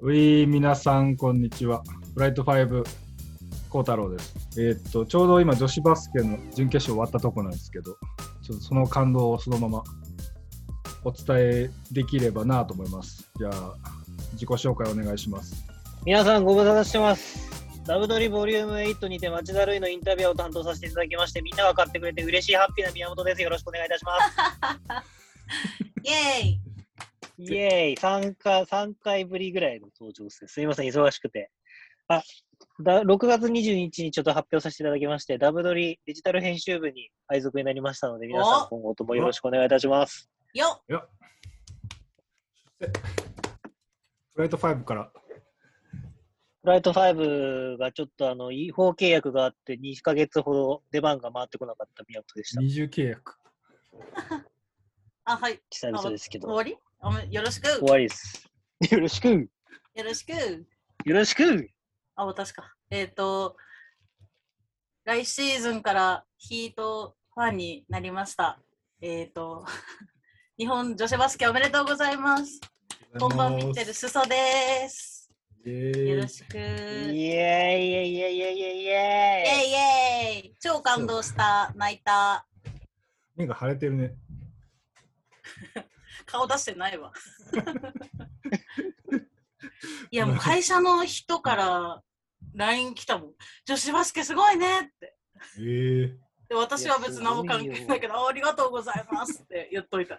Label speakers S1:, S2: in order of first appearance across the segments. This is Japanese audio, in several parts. S1: ウィー皆さん、こんにちは。フライト5、孝太郎です。えーっと、ちょうど今、女子バスケの準決勝終わったとこなんですけど、ちょっとその感動をそのままお伝えできればなと思います。じゃあ、自己紹介お願いします。
S2: 皆さんご無沙汰してます。ダブドリボリューム8にて町田瑠唯のインタビューを担当させていただきまして、みんなが買ってくれて嬉しいハッピーな宮本です。よろしくお願いいたします。
S3: イエーイ
S2: イエーイ !3 回、三回ぶりぐらいの登場ですね。すいません、忙しくて。あ、だ6月22日にちょっと発表させていただきまして、ダブドリデジタル編集部に配属になりましたので、皆さん
S3: お
S2: 今後ともよろしくお願いいたします。
S3: よ
S1: いやフライト5から、
S2: フライト5がちょっとあの、違法契約があって、2ヶ月ほど出番が回ってこなかった宮本でした。
S1: 二重契約。
S3: あ、はい。
S2: 久々ですけ
S3: 終
S2: ど。
S3: わりおめよろしく
S2: 終わりです。よろしくよ
S3: よろしく
S2: ろしく
S3: あ、私か。えっ、と、来シーズンからヒートファンになりました。えっ、と、 日本女子バスケおめでとうございます。こんばん見てるすそです。
S1: イエ
S3: よ
S1: ー
S3: ろ
S1: イ。
S3: しく。イエ
S2: イエーイイエイイエイイエイイエイイエ
S3: イイエーイ超感動した、泣いた。
S1: 目が腫れてるね。
S3: 顔出してない わ。いや、もう会社の人から LINE 来たもん。女子バスケすごいねって。
S1: えー、
S3: で私は別に何も関係ないけど、あありがとうございますって言っとい た。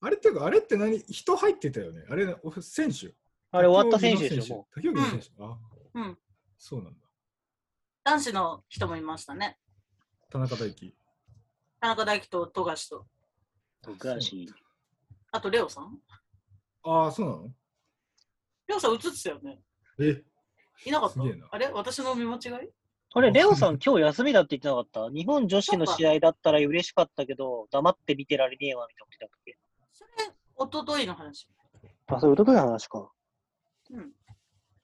S1: あれっていうか、あれって何人入ってたよねあれ、お選手
S2: あれ終わった選手でしょ、も
S1: う。竹荻の選手、あ、
S3: うん。
S1: そうなんだ。
S3: 男子の人もいましたね。
S1: 田中大輝。
S3: 田中大輝と富樫と、
S2: う。ガーシ
S3: あとレオさん
S1: ああ、そうなの
S3: レオさん映ってたよね。
S1: え、
S3: いなかった
S1: すげえな
S3: あれ私の見間違い
S2: ー。あれ、レオさん、今日休みだって言ってなかった日本女子の試合だったら嬉しかったけど、黙って見てられねえわ、みたいなこと言って
S3: それ、一昨日の話。
S2: たっけあ、そういうことの話か。
S3: うん。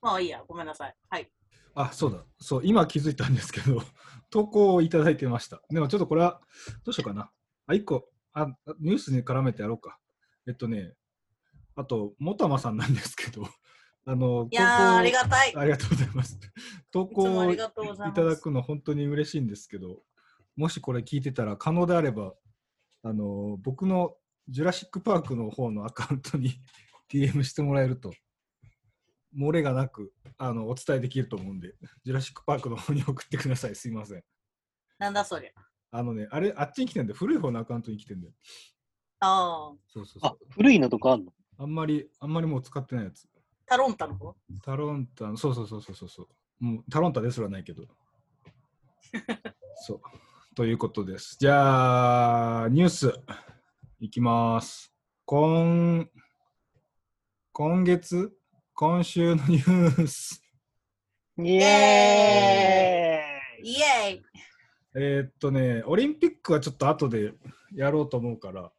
S3: まあいいや、ごめんなさい。はい。
S1: あ、そうだ。そう、今気づいたんですけど、 投稿をいただいてました。でもちょっとこれは、どうしようかな。あ、一個、あ、ニュースに絡めてやろうか。えっとね、あと、もたまさんなんですけど、 あの、
S3: いやー、ありがたい。
S1: ありがとうございます。 投
S3: いつも
S1: 稿を
S3: あり
S1: い
S3: がとうございます
S1: ただくの本当に嬉しいんですけど、もしこれ聞いてたら、可能であれば、あの僕のジュラシック・パークの方のアカウントに DM してもらえると、漏れがなくあのお伝えできると思うんで、ジュラシック・パークの方に送ってください。すいません。
S3: なんだそりゃ。
S1: あのね、あれ、あっちに来てんだよ。古い方のアカウントに来てんだよ。
S3: ああ、
S1: そうそうそ
S2: あ
S1: う。、
S2: 古いのとかあんの
S1: あんまり、あんまりもう使ってないやつ。
S3: タロンタの方
S1: タロンタ、そうそうそうそうそうそう。もうタロンタですらないけど。そう。ということです。じゃあ、ニュースいきます。今、今月、今週のニュース。
S2: イ
S3: エ
S2: エーイ
S3: イエーイ
S1: えーっとね、オリンピックはちょっと後でやろうと思うから、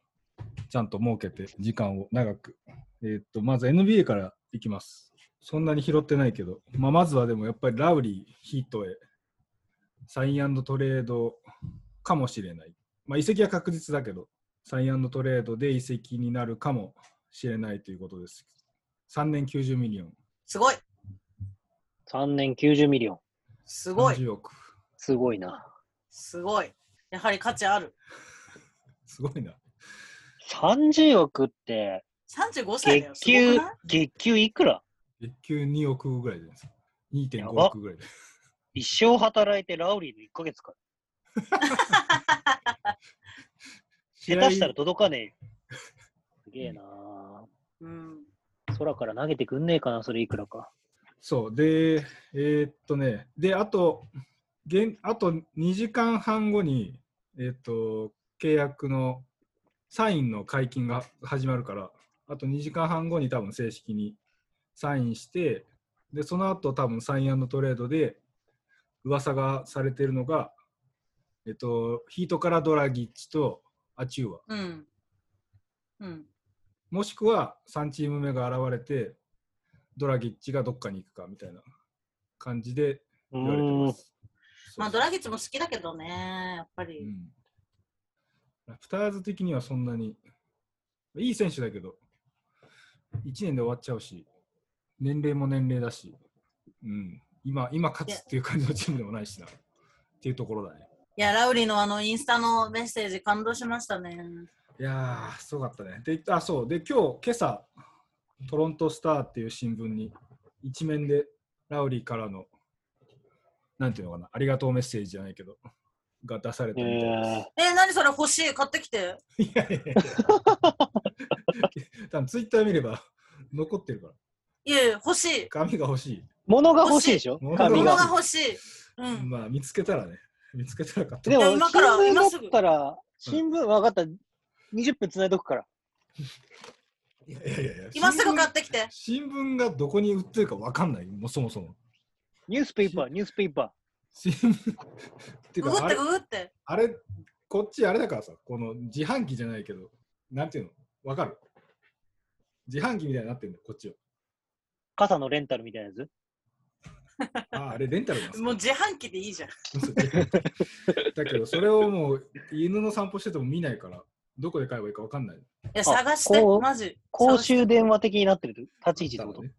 S1: ちゃんと設けて、時間を長く。えーっと、まず NBA からいきます。そんなに拾ってないけど、まあ、まずはでもやっぱりラウリー、ヒートへ、サイントレードかもしれない。まあ、移籍は確実だけど、サイントレードで移籍になるかもしれないということです。3年90ミリオン、
S3: すごい
S2: !3 年90ミリオン。
S3: すごい
S1: 30億。
S2: すごいな。
S3: すごいやはり価値ある。
S1: すごいな。
S2: 30億って、
S3: 35歳だ
S2: 月
S3: よ。す
S2: 給
S3: ごくない、
S2: 月給いくら
S1: 月給2億ぐらいじゃないですか。2.5
S2: やば
S1: 億ぐらいで。
S2: 一生働いてラウリーの1ヶ月か。下手したら届かねえよ。すげえな
S3: うん。
S2: あ空から投げてくんねえかな、それいくらか。
S1: そう、で、えーっとね、で、あと、現あと2時間半後に、えーっと、契約のサインの解禁が始まるから、あと2時間半後に多分正式にサインして、で、その後多分サイントレードで、噂がされてるのが、えっと、ヒートからドラギッチとアチューワ。
S3: うん。うん。
S1: もしくは3チーム目が現れて、ドラギッチがどっかに行くかみたいな感じで
S2: う
S1: 言われて
S2: ー
S1: ま
S2: ん。
S1: す。
S3: まあ、ドラゲッツも好きだけどね、やっぱ
S1: う
S3: り。
S1: んラプターズ的にはそんなにいい選手だけど、1年で終わっちゃうし、年齢も年齢だし、うん、今、今勝つっていう感じのチームでもないしな、っていうところだね。
S3: いや、ラウリのあのインスタのメッセージ感動しましたね。
S1: いやー、すごかったね。で、あ、そう。で、今日、今朝、トロントスターっていう新聞に、一面でラウリーからの、なんていうのかな、ありがとうメッセージじゃないけど、が出されたみたいで
S3: え、何それ欲しい買ってきて。
S1: す。いやいやいや。多分ツイッター見れば、残ってるから。
S3: いえ、欲しい。
S1: 紙が欲しい。
S2: 物が欲しいでしょ
S1: 欲しい
S2: 紙
S3: 物
S2: が
S3: が。欲しい。うん。
S1: まあ、見つけたらね。見つけたら買って
S2: でも、新
S3: 今から
S2: 聞
S3: 今
S2: だ
S3: すぐ
S2: ったら、新聞、わかった。20分繋いどくから。
S1: いやいやいやいや
S3: 今すぐ買
S1: 買
S3: ってきて。
S1: 新聞がどこに売ってるかわかんない、もうそもそも。
S2: ニュースペーパー、ニュースペーパ
S1: 新聞 ってい
S3: グ
S1: う
S3: グ
S1: か、
S3: っ
S1: あ
S3: て
S1: れ
S3: ググって。
S1: あれ、こっちあれだからさ、この自販機じゃないけど、なんていうのわかる自販機みたいになってるんだよ、こっちは。
S2: ー。傘のレンタルみたいなやつ。
S1: あ、あれレンタルなんですか
S3: もう自販機でいいじゃん。
S1: そう だけど、それをもう犬の散歩してても見ないから、どこで買えばいいかわかんない。
S3: いや、探して
S2: こ、う
S3: マジ。
S2: 公衆電話的になってる立ち位置ってこと、
S1: だからね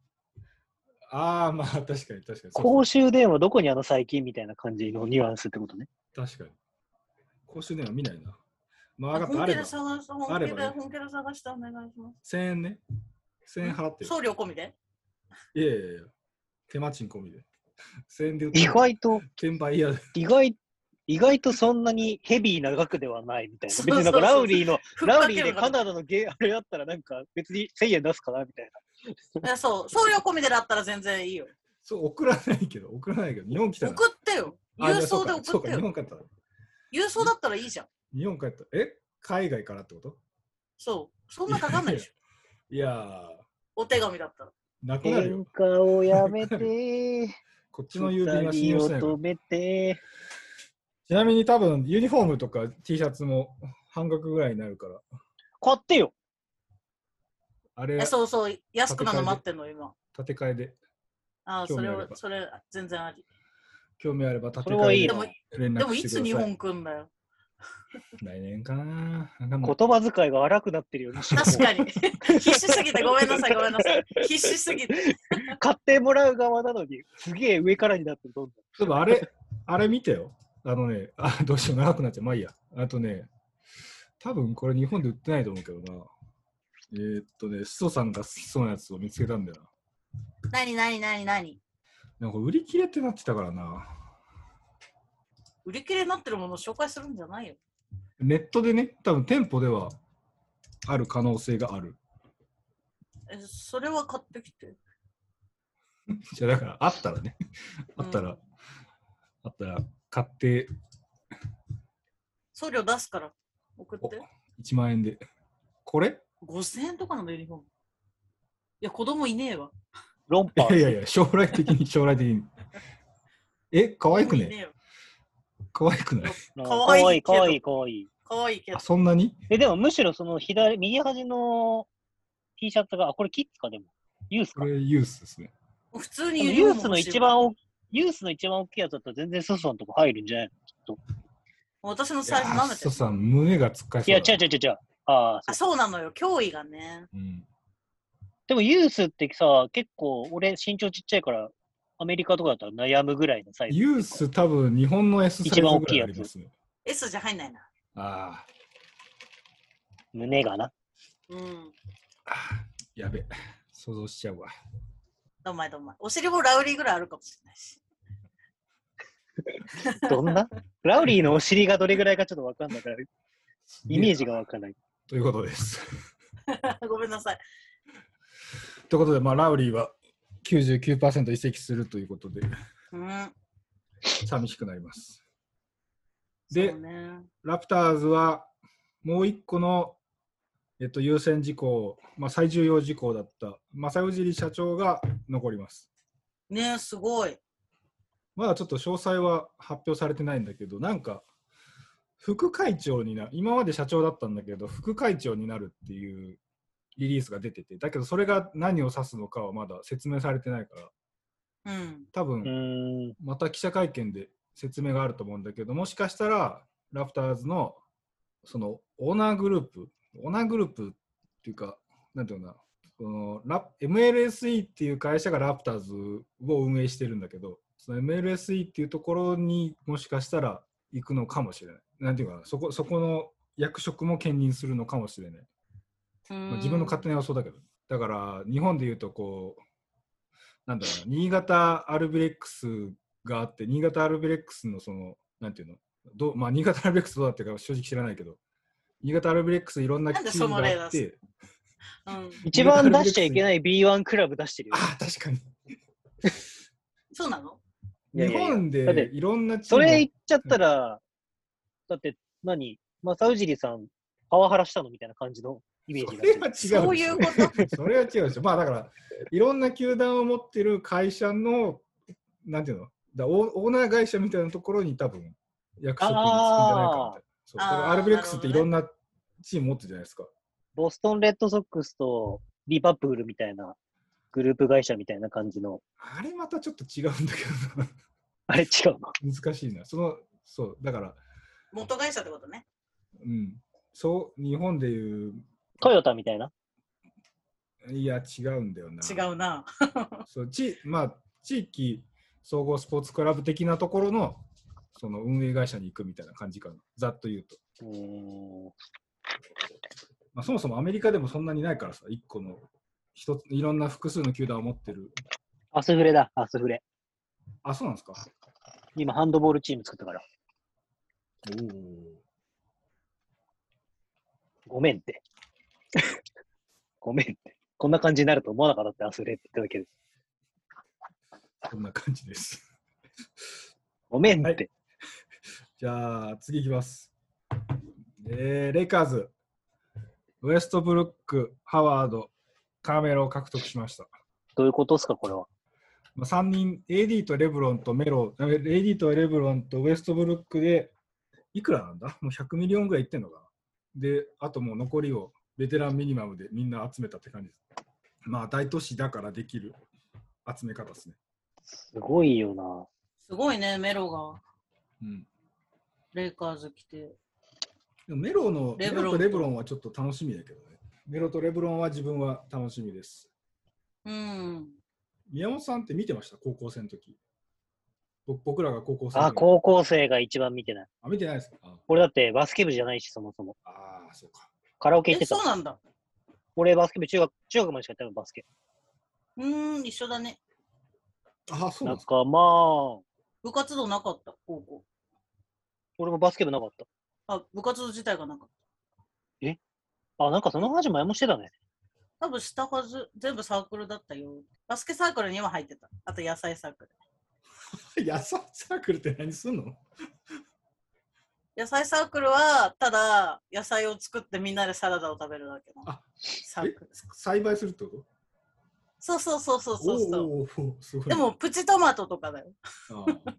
S1: ああ、まあ確かに確かに。そう
S2: 公衆電話どこにあの最近みたいな感じのニュアンスってことね。
S1: 確かに。公衆電話見ないな。まあ、
S3: 探
S1: わ
S3: し
S1: か
S3: て
S1: った。あ
S3: 本気
S1: れ
S3: で
S1: ば
S3: 探して、
S1: あ
S3: 本
S1: ればね
S3: 気で、本気で探してお願いします。
S1: 1000円ね。1000円払ってる。
S3: 送料込みで
S1: いやいやいや、手間賃込みで。1000円で売って
S2: 意
S1: る
S2: 外と、
S1: 転売屋で。
S2: 意外、意外とそんなにヘビーな額ではないみたいな。
S3: そう
S2: 別になんかラ
S3: そうそう
S2: ウリーの、
S3: ふっ
S2: ラ
S3: か
S2: ウリ
S3: け
S2: ーで
S3: るのか
S2: カ
S3: な
S2: ナダのゲーあれだったらなんか別に1000円出すかなみたいな。
S3: いやそう、送料込みでだったら全然いいよ。
S1: そう、送らないけど、送らないけど、日本来た
S3: 送
S1: ら。
S3: ってよ。
S1: あ
S3: 郵送
S1: じ
S3: で
S1: ゃあそう
S3: 送
S1: か
S3: って
S1: そうか日
S3: よ。
S1: 本帰ったら。
S3: 郵送だったらいいじゃん。
S1: 日本帰ったら。え海外からってこと
S3: そう。そんなかかんないでしょ。
S1: いやー、
S3: お手紙だったら。
S1: なくなる
S2: 喧
S1: よ。
S2: 嘩をやめて、
S1: こっちの郵便
S2: 二
S1: は信
S2: 人
S1: 用し
S2: を
S1: ないから
S2: 止めて。
S1: ちなみに多分、ユニフォームとか T シャツも半額ぐらいになるから、
S2: 買ってよ
S1: あれ、
S3: え、
S1: 立
S3: そうそう。安くなるの待ってんの、今。
S1: て替えで、
S3: あー
S1: 興
S3: そ
S1: 味
S3: れ
S1: あれ
S3: は
S1: ば、
S3: それ、全然あり。
S1: 興味あれば立て
S2: それ
S1: 替
S2: はいい
S1: え
S3: で
S2: よ
S3: も、
S1: で連
S3: でも
S1: 絡し
S3: い
S1: てください。
S3: つ日本 来んだよ。
S1: 来年かなわかんない
S2: 言葉遣いが荒くなってるよね。
S3: 確かに。必死すぎてごめんなさい、ごめんなさい。必死すぎて。
S2: 買ってもらう側なのに、すげえ上からになってる。どんどん
S1: そういえばあれ、あれ見てよ。あのね、あ、どうしよう、長くなっちゃう。まあいいや。あとね、多分これ日本で売ってないと思うけどな。えー、っとね、須藤さんが好きそうなやつを見つけたんだよな。
S3: なになになになに
S1: なんか売り切れってなってたからな。
S3: 売り切れになってるものを紹介するんじゃないよ。
S1: ネットでね、多分店舗ではある可能性がある。
S3: え、それは買ってきて。
S1: じゃあだから、あったらね、あったら、あったら買って
S3: 送料出すから。送って。
S1: 1万円で。これ
S3: 5000円とかなのユニフォーム。いや、子供いねえわ。
S2: 論
S1: い
S2: 破
S1: や。いやいや、将来的に、将来的に。え、可愛く
S3: 子供いね
S1: ね
S3: えよ
S1: 可愛くない
S2: な
S3: かわいいけ
S2: か
S3: ど
S2: わいい、かわいい。
S3: 可愛いけど
S1: あ、。そんなに
S2: え、でもむしろその左、右端の T シャツが、あ、これキッズかでも。ユース
S1: こ
S2: か。
S1: れユースですね。
S3: 普通
S2: で
S3: に
S2: も
S3: ユニフ
S2: ユ
S3: ォ
S2: ー
S3: ーム
S2: スの
S3: 欲しい
S2: 一番お、ユースの一番大きいやつだったら全然スーさんのとこ入るんじゃない
S3: 私のサイズ舐めて
S1: そ
S3: る
S1: う。さん、胸がつっかえ
S2: い
S1: そう
S2: や、
S1: だ
S2: 違う違う違う違う。ああ、そう
S3: あ、そうなのよ。脅威がね。
S1: うん。
S2: でもユースってさ、結構俺身長ちっちゃいから、アメリカとかだったら悩むぐらいのサイズ。
S1: ユース、多分日本の S サイズぐらいありますね。
S3: S じゃ入んないな。
S1: あー
S2: 胸がな。
S3: うん。
S1: あー、やべ。想像しちゃうわ。
S3: どんまいどんまい。お尻もラウリーぐらいあるかもしれないし。
S2: どんなラウリーのお尻がどれぐらいかちょっとわかんないから、イメージがわかんない。
S1: ということです。
S3: ごめんなさい。
S1: ということで、まあ、ラウリーは99%移籍するということで、
S3: うん。
S1: 寂しくなります。で
S3: そうね、
S1: ラプターズは、もう一個の、えっと、優先事項、まあ、最重要事項だった、正氏社長が残ります。
S3: ねえ、すごい。
S1: まだちょっと詳細は発表されてないんだけど、なんか、副会長にな、今まで社長だったんだけど、副会長になるっていうリリースが出てて、だけどそれが何を指すのかはまだ説明されてないから、
S3: うん。
S1: 多
S2: う
S1: 分
S2: ーん。
S1: また記者会見で説明があると思うんだけど、もしかしたら、ラフターズのそのオーナーグループ、オーナーグループっていうか、なんていうのかな、このラ MLSE っていう会社がラプターズを運営してるんだけど、その MLSE っていうところにもしかしたら行くのかもしれない。なんていうかな、そこそこの役職も兼任するのかもしれない。まあ、自分の勝手な予想だけど、だから日本でいうとこうなんだろうな新潟アルビレックスがあって新潟アルビレックスのそのなんていうのどうまあ新潟アルビレックスどうだってか正直知らないけど新潟アルビレックスいろんな
S3: なんで
S1: チ
S3: そ
S1: ー
S3: の
S1: ム
S3: 例
S1: があ
S3: なん
S1: っ
S3: で
S1: て
S3: うん、
S2: 一番出しちゃいけない B1 クラブ出してるよ。
S1: ああ確かに
S3: そうなの
S2: いやい
S1: 日
S2: やいや
S1: 本
S2: だって
S1: でいろんなチー
S2: そ
S1: ムが
S2: れ言っちゃったら、だって何、マサウジリさん、パワハラしたのみたいな感じのイメージがある。
S1: それは違う
S3: そう
S1: でし
S3: い
S1: ょ
S3: うこと。
S1: それは違うでしょ。まあだから、いろんな球団を持ってる会社の、なんていうのだオーオーナー会社みたいなところに多分、役職につくんじゃないかみたいな。そうだ
S3: あー
S1: からアルビレックスっていろんなチーム持ってるじゃないですか。
S2: ボストン・レッドソックスとリバプールみたいなグループ会社みたいな感じの、
S1: あれまたちょっと違うんだけどな、
S2: あれ違うの
S1: 難しいな。その、そう、だから、
S3: 元会社ってことね。
S1: うん。そう、日本でいう、
S2: トヨタみたいない
S1: や、違うんだよな。
S3: 違うな。
S1: そうちまあ、地域総合スポーツクラブ的なところのその運営会社に行くみたいな感じかな、ざっと言うと。
S2: うーん
S1: まあ、そもそもアメリカでもそんなにないからさ、一個の一つ、いろんな複数の球団を持ってる。
S2: アスフレだ、アスフレ。
S1: あ、そうなんですか。
S2: 今、ハンドボールチーム作ったから。
S1: お
S2: ごめんって。 ごめんって。こんな感じになると思わなかったって、アスフレって言っただけです。
S1: お、こんな感じです。
S2: ごめんって。
S1: はいじゃあ、次いきます。えーレイカーズ、ウェストブルック、ハワード、カーメロを獲得しました。
S2: どういうことですか、これは。
S1: まあ、3人、AD とレブロンとメロ、あ AD とレブロンとウェストブルックで、いくらなんだもう100ミリオンぐらいいってんのかなで、あともう残りをベテランミニマムでみんな集めたって感じです。まあ、大都市だからできる集め方ですね。
S2: すごいよな。
S3: すごいね、メロが
S1: うん、
S3: レイカーズ来て。
S1: でもメロの
S3: レブロン
S1: メとレブロンはちょっと楽しみだけどね。メロとレブロンは自分は楽しみです。
S3: うん。
S1: 宮本さんって見てました高校生の時。ぼ僕らが高校生の
S2: あ、
S1: 時
S2: 高校生が一番見てない。
S1: あ見てないですかあ
S2: 俺だってバスケ部じゃないし、そもそも。
S1: あー、そうか。
S2: カラオケ行っ
S3: え、
S2: てた
S3: そう。なんだ。
S2: 俺バスケ部、中学、中学までしかやったの、バスケ。
S3: うーん、一緒だね。
S1: ああ、そうなんですか
S2: 仲間。
S3: 部活動なかった、高校。
S2: 俺もバスケ部なかっ。
S3: あ、部活動自体がなかった
S2: あ、なんかその話前もしてたね。
S3: た。多分したはず、全部サークルだったよ。バスケサークルには入ってた。あと野菜サーク ル。
S1: 野菜サークルって何すんの
S3: 野菜サークルは、ただ野菜を作ってみんなでサラダを食べるだけの
S1: あ
S3: サークル。
S1: 栽培するってこと
S3: そうそうそうそうそうそう。
S1: おーおーおーすごい。
S3: でも、プチトマトとかだよ。
S1: あー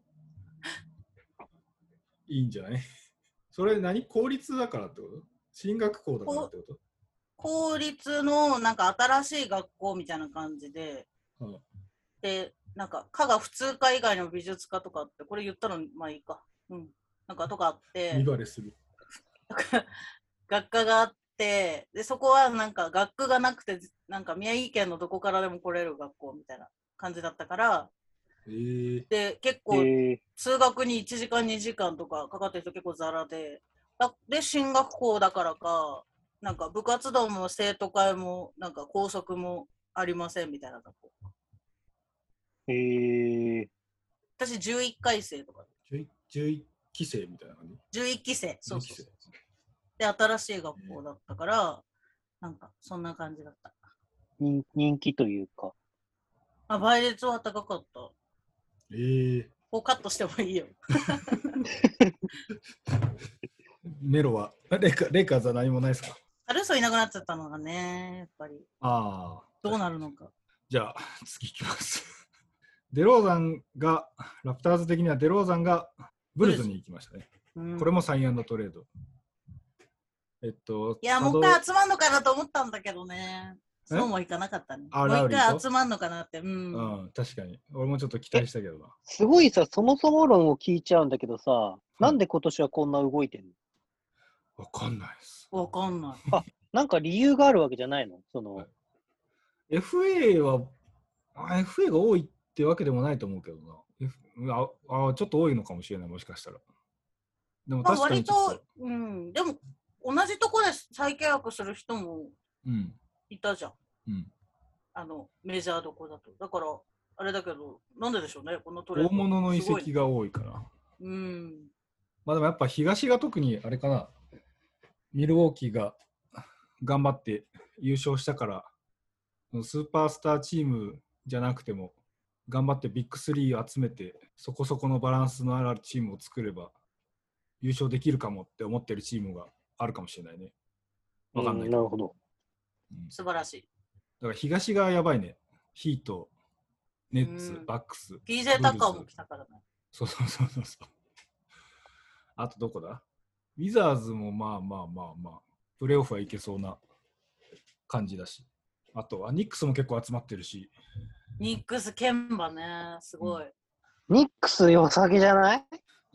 S1: いいんじゃない それ何公立だからってこと進学校だからってこ
S3: 公立のなんか新しい学校みたいな感じで、
S1: うん
S3: でなんか科が普通科以外の美術科とかってこれ言ったのまあいいか、うん、なんかとかあっ
S1: と見
S3: て
S1: バレする。
S3: 学科があってでそこはなんか学区がなくてなんか宮城県のどこからでも来れる学校みたいな感じだったから
S1: えー、
S3: で結
S2: へ
S3: 構
S2: え
S3: 通学に1時間2時間とかかかってる人結構ザラでだで進学校だからかなんか部活動も生徒会もなんか校則もありませんみたいな学校
S2: へえ
S3: 私11回生とか
S1: 11 11期生みたいな感じ
S3: 11期生そう
S1: 11
S3: そ
S1: 期
S3: う
S1: 生
S3: で新しい学校だったからなんかそんな感じだった
S2: 人人気というか。
S3: あ倍率は高かったこ
S1: えー、
S3: うカットしてもいいよ
S1: メロは レイカレイカーズは何もないですか
S3: アルソいなくなっちゃったのがねやっぱり
S1: ああ。
S3: どうなるのか
S1: じゃあ、次いきます。 デローザンが、ラプターズ的にはデローザンがブルズに行きましたね。
S3: うん
S1: これもサイントレード。えっと、
S3: いや、
S1: サド
S3: もう一回集まんのかなと思ったんだけどね。
S1: え
S3: そうもいかなかったね。も
S1: あ
S3: う
S1: ラウ
S3: 一
S1: リーと
S3: 回集まんのかなって。うん。
S1: うん、確かに。俺もちょっと期待したけどな。
S2: すごいさ、そもそも論を聞いちゃうんだけどさ、
S1: い
S2: なんで今年はこんな動いてんの
S1: わかんないです。
S3: わかんない。
S2: なんか理由があるわけじゃないのそ
S1: はい
S2: の、
S1: FA は、あ FA が多いってわけでもないと思うけどな。F ああちょっと多いのかもしれない、もしかしたら。でも
S3: まあ、
S1: 確か
S3: 割
S1: にちょっ
S3: と、うん、でも、同じとこで再契約する人も
S1: うん。
S3: いたじゃん。
S1: うん。
S3: あの、メジャーどこだと。だから、あれだけど、なんででしょうね、このトレード。
S1: 大物の遺
S3: すごい
S1: 跡が多いから。
S3: うん。
S1: まあでもやっぱ東が特にあれかな、ミルウォーキーが頑張って優勝したから、スーパースターチームじゃなくても、頑張ってビッグスリーを集めて、そこそこのバランスのあるチームを作れば、優勝できるかもって思ってるチームがあるかもしれないね。わかんないけど
S2: なるほど。
S1: うんだ
S3: 素晴らしい。
S1: から東がやばいね。ヒート、ネッツ
S3: う、ん
S1: バックス。
S3: PJ タッカーも来たからね。
S1: そうそうそうそうそう。あとどこだウィザーズもまあまあまあまあ、プレーオフはいけそうな感じだし。あとはニックスも結構集まってるし、
S3: ニックス、ケンバね、すごい。
S2: ニックス良さげじゃない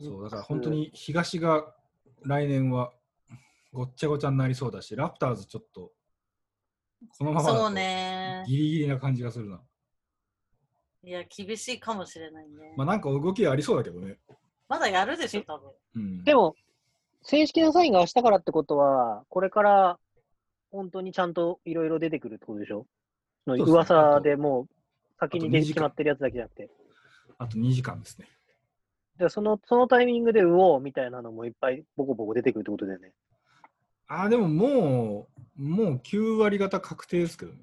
S1: そうだから本当に東が来年はごっちゃごちゃになりそうだし、ラプターズちょっと、このままだと
S3: そうね。
S1: ギリギリな感じがするな。
S3: いや、厳しいかもしれないね。
S1: まあなんか動きはありそうだけどね。
S3: まだやるでしょ、多分。
S1: うん、
S2: でも、正式なサインが明日からってことは、これから本当にちゃんといろいろ出てくるってことでしょその
S1: そうですね
S2: 噂でもう先に出てしまってるやつだけじゃなくて。
S1: あと2時間ですね。
S2: でそのそのタイミングでうおうみたいなのもいっぱいボコボコ出てくるってことだよね。
S1: ああ、でももう、もう9割方確定ですけどね。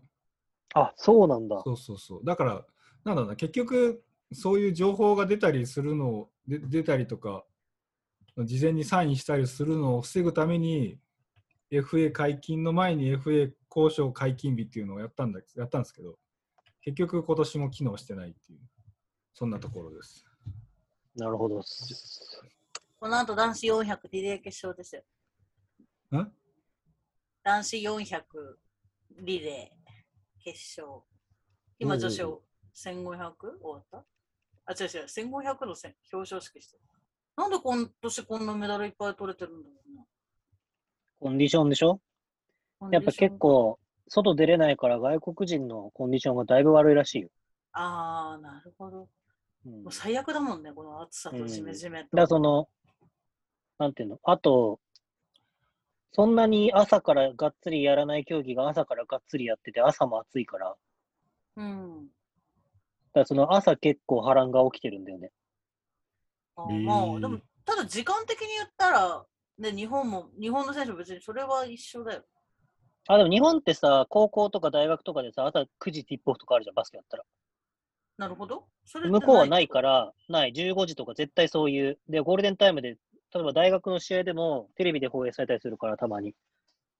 S2: あ、そうなんだ。
S1: そうそうそう。だから、なんだろうな、結局、そういう情報が出たりするのを、で出たりとか、事前にサインしたりするのを防ぐために、FA 解禁の前に FA 交渉解禁日っていうのをやったんだやったんですけど、結局、今年も機能してないっていう、そんなところです。
S2: なるほどっす。
S3: この後、男子400リレー決勝ですよ。
S1: ん
S3: 男子400リレー決勝。今、女子を 1500? 終わったあ、違う違う、1500のせん表彰式してる。なんで今年こんなメダルいっぱい取れてるんだろ
S2: コンディションでしょ
S3: うな。
S2: やっぱ結。構、外出れないから外国人のコンディションがだいぶ悪いらしいよ。
S3: ああ、なるほど。
S2: うん
S3: もう最悪だもんね、この暑さとジメジメと。
S2: だからその、なんていうの、あと、そんなに朝からがっつりやらない競技が朝からがっつりやってて、朝も暑いから、だか
S3: うん。
S2: らその朝結構波乱が起きてるんだよね。
S3: あ
S1: えー
S3: まあ、でも、ただ時間的に言ったら、ね、日本も、日本の選手も別にそれは一緒だよ。
S2: あ、でも日本ってさ、高校とか大学とかでさ、朝9時ティップオフとかあるじゃん、バスケやったら。
S3: なるほど。それって
S2: 向こうはないから、ない、15時とか絶対そういう。で、ゴールデンタイムで、例えば大学の試合でもテレビで放映されたりするから、たまに。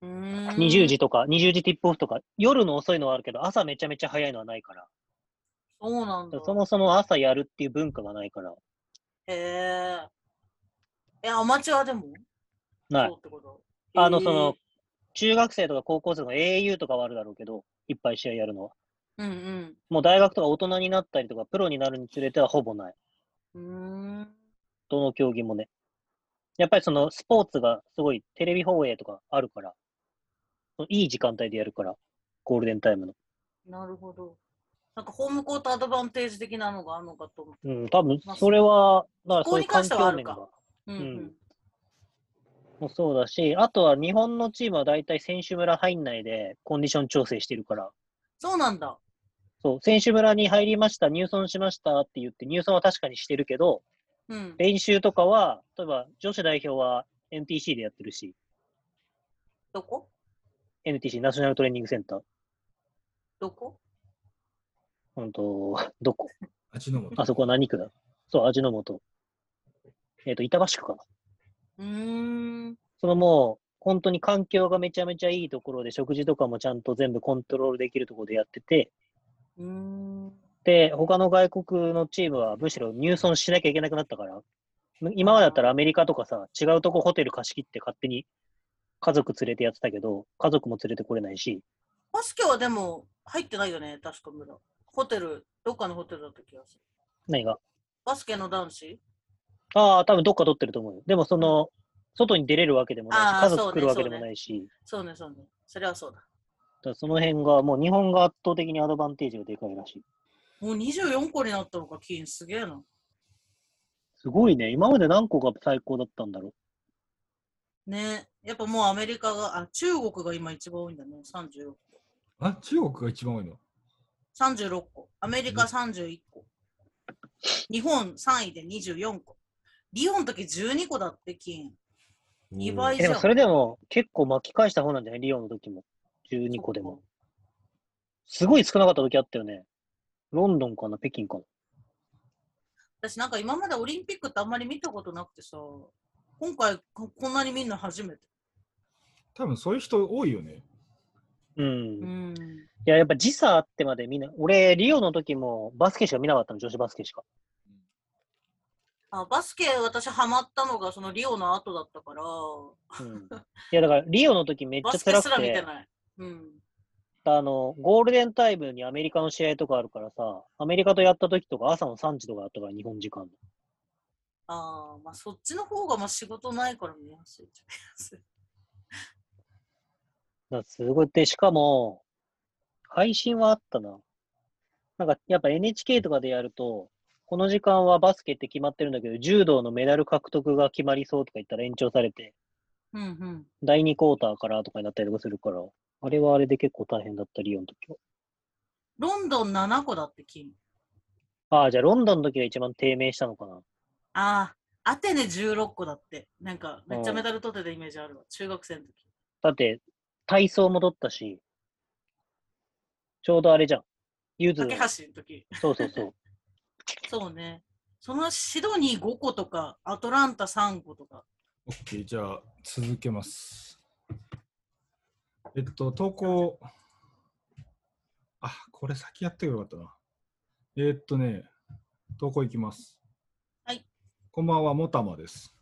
S3: うーん
S2: 20時とか、20時ティップオフとか、夜の遅いのはあるけど、朝めちゃめちゃ早いのはないから。
S3: そうなんだ。
S2: そもそも朝やるっていう文化がないから。
S3: へえ。え、アマチュアでも
S2: ない
S3: そう。ってこと
S2: あのその、中学生とか高校生の AU とかはあるだろうけど、いっぱい試合やるのは。
S3: えーうん
S2: もう大学とか大人になったりとか、プロになるにつれてはほぼない。
S3: うん。うーん。
S2: どの競技もね。やっぱりそのスポーツがすごいテレビ放映とかあるから、いい時間帯でやるから、ゴールデンタイムの。
S3: なるほど。なんかホームコートアドバンテージ的なのがあるのかと思って。
S2: うん、多分それは、だからそういう環境面
S3: そこに関してはあ
S2: が
S3: るうんう
S2: うん
S3: ん。
S2: もそうだし、あとは日本のチームは大体選手村入んないでコンディション調整してるから、
S3: そうなんだ。
S2: そう、選手村に入りました、入村しましたって言って、入村は確かにしてるけど、
S3: うん。
S2: 練習とかは、例えば女子代表は NTC でやってるし、
S3: どこ
S2: NTC、ナショナルトレーニングセンター。
S3: どこ
S2: うんと、どこ
S1: あちのも
S2: あそこは何区だそう、味の素。えっ、と、板橋区かな。
S3: うーん。
S2: そのもう、本当に環境がめちゃめちゃいいところで、食事とかもちゃんと全部コントロールできるところでやってて、
S3: うーん。
S2: で、他の外国のチームはむしろ入村しなきゃいけなくなったから、む今までだったらアメリカとかさ、違うとこホテル貸し切って勝手に家族連れてやってたけど、家族も連れてこれないし、
S3: バスケはでも入ってないよね、確か村。ホテル、どっかのホテルだった気がする。
S2: 何が
S3: バスケの男子
S2: ああ、多分どっか取ってると思うよ。でもその、外に出れるわけでもないし、
S3: あ
S2: 家
S3: ーそう
S2: 族
S3: ね
S2: 来るわけ
S3: そ
S2: で
S3: うね
S2: もないし、
S3: そうね、そうね。それはそうだ。
S2: だからその辺が、もう日本が圧倒的にアドバンテージがでかいらしい。
S3: もう24個になったのか、金、すげえな。
S2: すごいね。今まで何個が最高だったんだろ
S3: ね、やっぱもうアメリカが、あ、中国が今一番多いんだね、36
S1: あ、中国が一番多いの
S3: 36個。アメリカ31個。日本3位で24個。リオンだけ12個だって、金。二倍
S2: う。えでもそれでも結構巻き返した方なんじゃないリオの時も。12個でも。すごい少なかった時あったよね。ロンドンかな、北京かな。
S3: 私なんか今までオリンピックってあんまり見たことなくてさ、今回ここんなにみんな初めて。
S1: 多分そういう人多いよね。
S2: うん。い
S3: うん。
S2: や、やっぱ時差あってまでみんな、俺、リオの時もバスケしか見なかったの、女子バスケしか。
S3: あ、バスケ私ハマったのがそのリオの後だったから、
S2: うん。いや、だからリオの時めっ
S3: バ
S2: ちゃ
S3: スケ
S2: 辛
S3: すら
S2: く
S3: 見て
S2: て、
S3: ない。うん。
S2: あの、ゴールデンタイムにアメリカの試合とかあるからさ、アメリカとやった時とか朝の3時とかだったから、日本時間の。
S3: ああ、まあそっちの方がまあ仕事ないから見やすいっちゃ見やすい。
S2: だからすごい。で、しかも、配信はあったな。なんか、やっぱ NHK とかでやると、この時間はバスケって決まってるんだけど、柔道のメダル獲得が決まりそうとか言ったら延長されて、
S3: うんうん。
S2: 第2クォーターからとかになったりとかするから、あれはあれで結構大変だった、リオの時は。
S3: ロンドン7個だって金。
S2: ああ、じゃあロンドンの時が一番低迷したのかな。
S3: ああ、アテネ16個だって。なんかめっちゃメダル取ってたイメージあるわ。中学生の時。
S2: だって、体操も取ったし、ちょうどあれじゃん。ゆず
S3: 竹、橋の時。
S2: そうそうそう。
S3: そうね。そのシドニー5個とか、アトランタ3個とか。
S1: OK、じゃあ続けます。えっと、投稿。あ、これ先やってよかったな。えっとね、投稿いきます。
S3: はい。
S1: こんばんは、もたまです。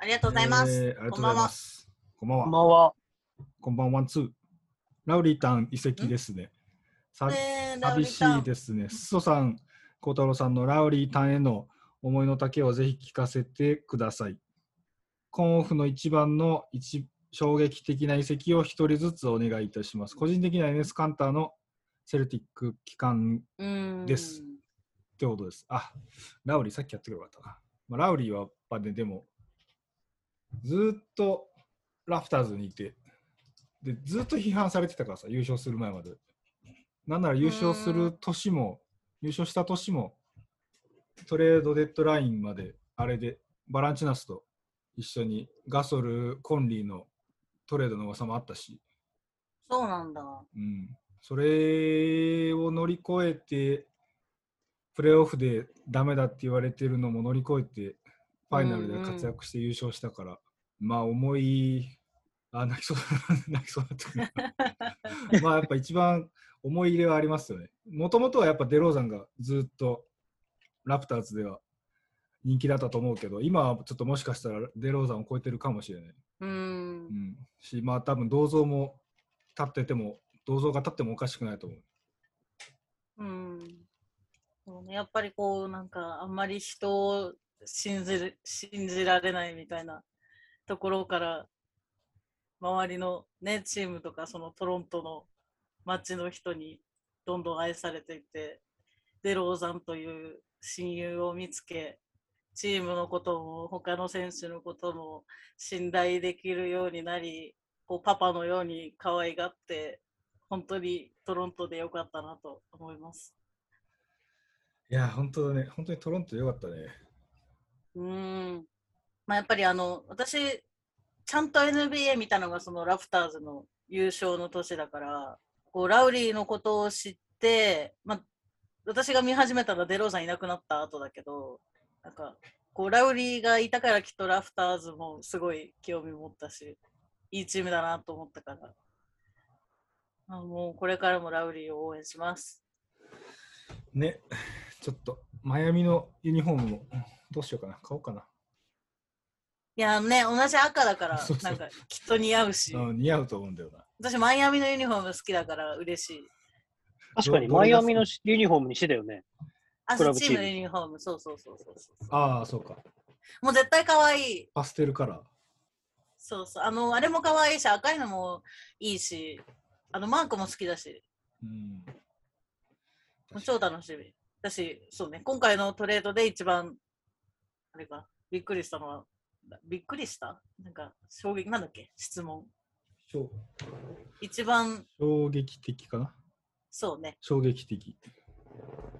S3: ありがとうございます。
S1: えーありがとうござい ます。こんばん
S2: こん
S1: は。
S2: ばんは。
S1: こんばんは、ツー。ラウリータン遺跡ですね。さ
S3: ねえラブリ
S1: 寂
S3: ー
S1: し
S3: タウン
S1: いですね。すそさん、孝太郎さんのラウリータンへの思いの丈をぜひ聞かせてください。コンオフの一番の一衝撃的な遺跡を一人ずつお願いいたします。個人的には NS カンターのセルティック期間
S3: うーん
S1: です。ってことです。あ、ラウリーさっきやってくればよかったな。まあ、ラウリーはやっぱね、でも、ずーっとラフターズにいて、で、ずーっと批判されてたからさ、優勝する前まで。なんなら優勝する年も、優勝した年も、トレードデッドラインまで、あれで、バランチュナスと一緒にガソル、コンリーのトレードの噂もあったし、
S3: そうなんだ。
S1: うん、それを乗り越えてプレーオフでダメだって言われてるのも乗り越えてファイナルで活躍して優勝したから、まあ重いあ泣きそうだ泣きそうだったまあやっぱ一番思い入れはありますよねもともとはやっぱデローザンがずっとラプターズでは人気だったと思うけど今はちょっともしかしたらデローザンを超えてるかもしれないう
S3: ーん
S1: う。ん、しまあ多分銅像も立ってても銅像が立ってもおかしくないと思う。
S3: うーん。そうね、やっぱりこう、なんか、あんまり人を信じる、信じられないみたいなところから、周りのね、チームとか、そのトロントの街の人にどんどん愛されていって、デローザンという親友を見つけ、チームのことも他の選手のことも信頼できるようになり、こうパパのように可愛がって、本当にトロントでよかったなと思います。
S1: いや本当だね本当にトロント良かったね。
S3: うーん。まあ、やっぱりあの、私、ちゃんと NBA 見たのがそのラプターズの優勝の年だから、こう、ラウリーのことを知って、まあ、私が見始めたのはデローザンいなくなった後だけど、なんか、こう、ラウリーがいたからきっとラフターズもすごい興味持ったし、いいチームだなと思ったから、あもうこれからもラウリーを応援します。
S1: ね ちょっとマイアミのユニフォームもどうしようかな買おうかな。
S3: いやね、同じ赤だから
S1: そう、そう
S3: なんかきっと似合うし、
S1: うん、似合うと思うんだよな。
S3: 私、マイアミのユニフォーム好きだから嬉しい。
S2: 確かに
S1: どど
S2: マ
S1: れ
S2: イ
S1: が
S2: ア
S1: 好き
S2: ミのユニフォームにしてたよね。
S3: あ、
S2: ク
S3: そ
S2: ラ
S3: う
S2: ブ
S3: チームの
S2: チー
S3: ユニフォーム、そうそうそうそうそう
S1: ああそうか
S3: もう絶対可愛い。
S1: パステルカラー。
S3: そうそう。あの、あれも可愛いし、赤いのもいいし、あの、マークも好きだし、
S1: うん。
S3: もう超楽しみ。だし、そうね、今回のトレードで一番、あれか、びっくりしたのは、びっくりしたなんか、衝撃、なんだっけ質問。
S1: 衝
S3: 一番、
S1: 衝撃的かな
S3: そうね、
S1: 衝撃的。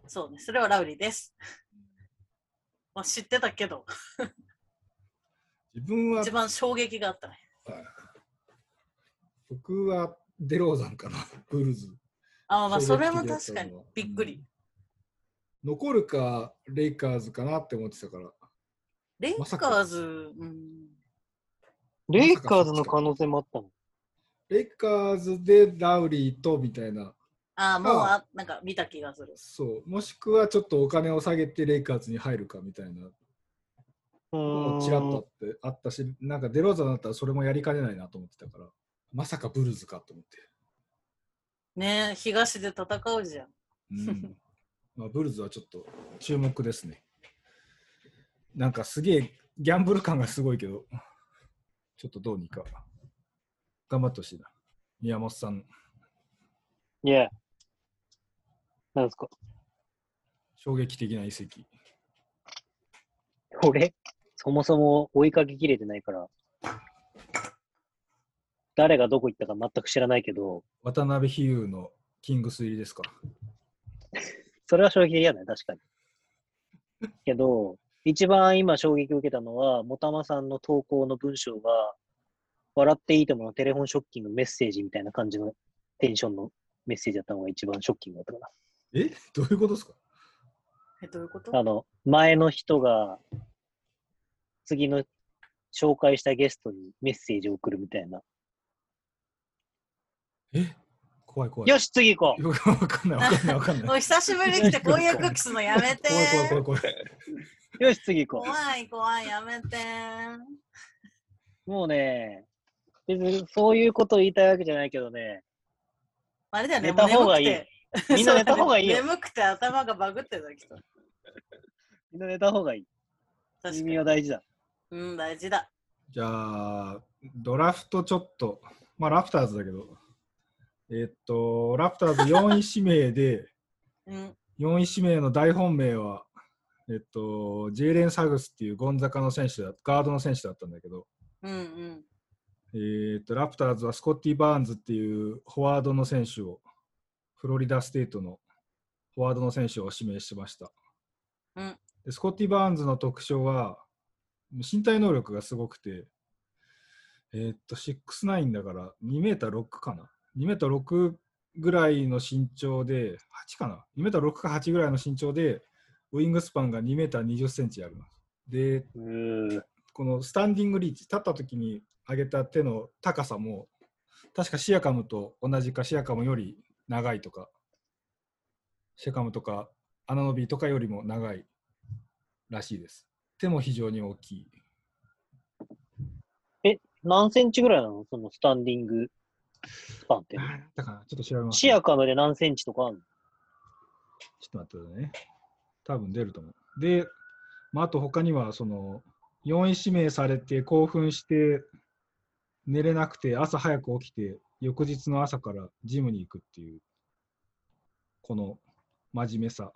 S3: そうね、それはラウリーです。まあ、知ってたけど、
S1: 自分は
S3: 一、番衝撃があったね。
S1: 僕はデローザンかな、ブルーズ。
S3: あーまあ、
S1: 衝撃
S3: それ
S1: 的だ
S3: も
S1: ったのは
S3: 確かに、びっくり。
S1: うん残るか、レイカーズかなって思ってたから。
S3: レイカ
S1: まさか
S3: ーズ、うん、
S2: レイカーズの可能性もあったの。
S1: レイカーズでラウリーとみたいな、
S3: ああ、もう
S1: あ
S3: あ、なんか見た気がする。
S1: そう、もしくはちょっとお金を下げてレイカーズに入るかみたいな、
S2: う
S1: も
S2: ーん
S1: うちらっとあってあったし、なんかデローザンだったらそれもやりかねないなと思ってたから、まさかブルーズかと思って。
S3: ねえ、東で戦うじゃん。
S1: うん、まあブルーズはちょっと注目ですね。なんかすげえギャンブル感がすごいけど、ちょっとどうにか頑張ってほしいな。宮本さん、
S2: いや。なんですか
S1: 衝撃的な移籍。
S2: 俺、そもそも追いかけきれてないから、誰がどこ行ったか全く知らないけど、
S1: 渡辺比喩のキングス入りですか。
S2: それは衝撃的だね、確かに。けど、一番今衝撃を受けたのは、もたまさんの投稿の文章が、笑っていいとものテレフォンショッキングメッセージみたいな感じのテンションのメッセージだったのが一番ショッキングだったかな。
S1: えどういうことですか
S3: え、どういうこと
S2: あの、前の人が、次の紹介したゲストにメッセージを送るみたいな。
S1: え怖い怖い。
S2: よし、次行こう
S1: よくわかんないわかんないわかん
S3: も
S1: な
S3: う
S1: い。
S3: 久しぶりに来てこういう空気するの やめて。
S1: 怖い怖い怖い怖い。
S2: よし、次行こ
S3: 怖い怖い、やめて。
S2: う。もうね、別にそういうことを言いたいわけじゃないけどね、
S3: あれだよね、
S2: 寝た方がいい
S3: もう眠くて
S2: みんな寝た方がいいよ
S3: そう 眠くて頭がバグってるだけと。
S2: みんな寝た方がいい。
S3: 確か
S2: 睡
S3: に
S2: 眠。は大事だ。
S3: うん、大事だ。
S1: じゃあ、ドラフトちょっと、まあラプターズだけど、えっと、ラプターズ4位指名で、
S3: うん。
S1: 4位指名の大本命は、えっと、ジェイレン・サグスっていうゴンザカの選手だ、ガードの選手だったんだけど、
S3: うんうん。
S1: えっと、ラプターズはスコッティ・バーンズっていうフォワードの選手を、フロリダステートのフォワードの選手を指名してました。
S3: うん
S1: でスコッティ・バーンズの特徴は、身体能力がすごくて、えっと、6-9だから2メーター6かな。2メーター6ぐらいの身長で、8かな ?2 メーター6か8ぐらいの身長で、ウイングスパンが2メーター20センチあります。で、
S2: うーん。
S1: このスタンディングリーチ、立った時に上げた手の高さも、確かシアカムと同じか、シアカムより長いとか、シアカムとか、アナノビーとかよりも長いらしいです。手も非常に大きい。
S2: 何センチぐらいなのそのスタンディングスパンって。
S1: なんだからちょっと調べます。
S2: シアカムで何センチとかあるの
S1: ちょっと待ってくださいね。多分出ると思う。で、まあ、あと他には、その、4位指名されて興奮して、寝れなくて、朝早く起きて、翌日の朝からジムに行くっていう、この真面目さ。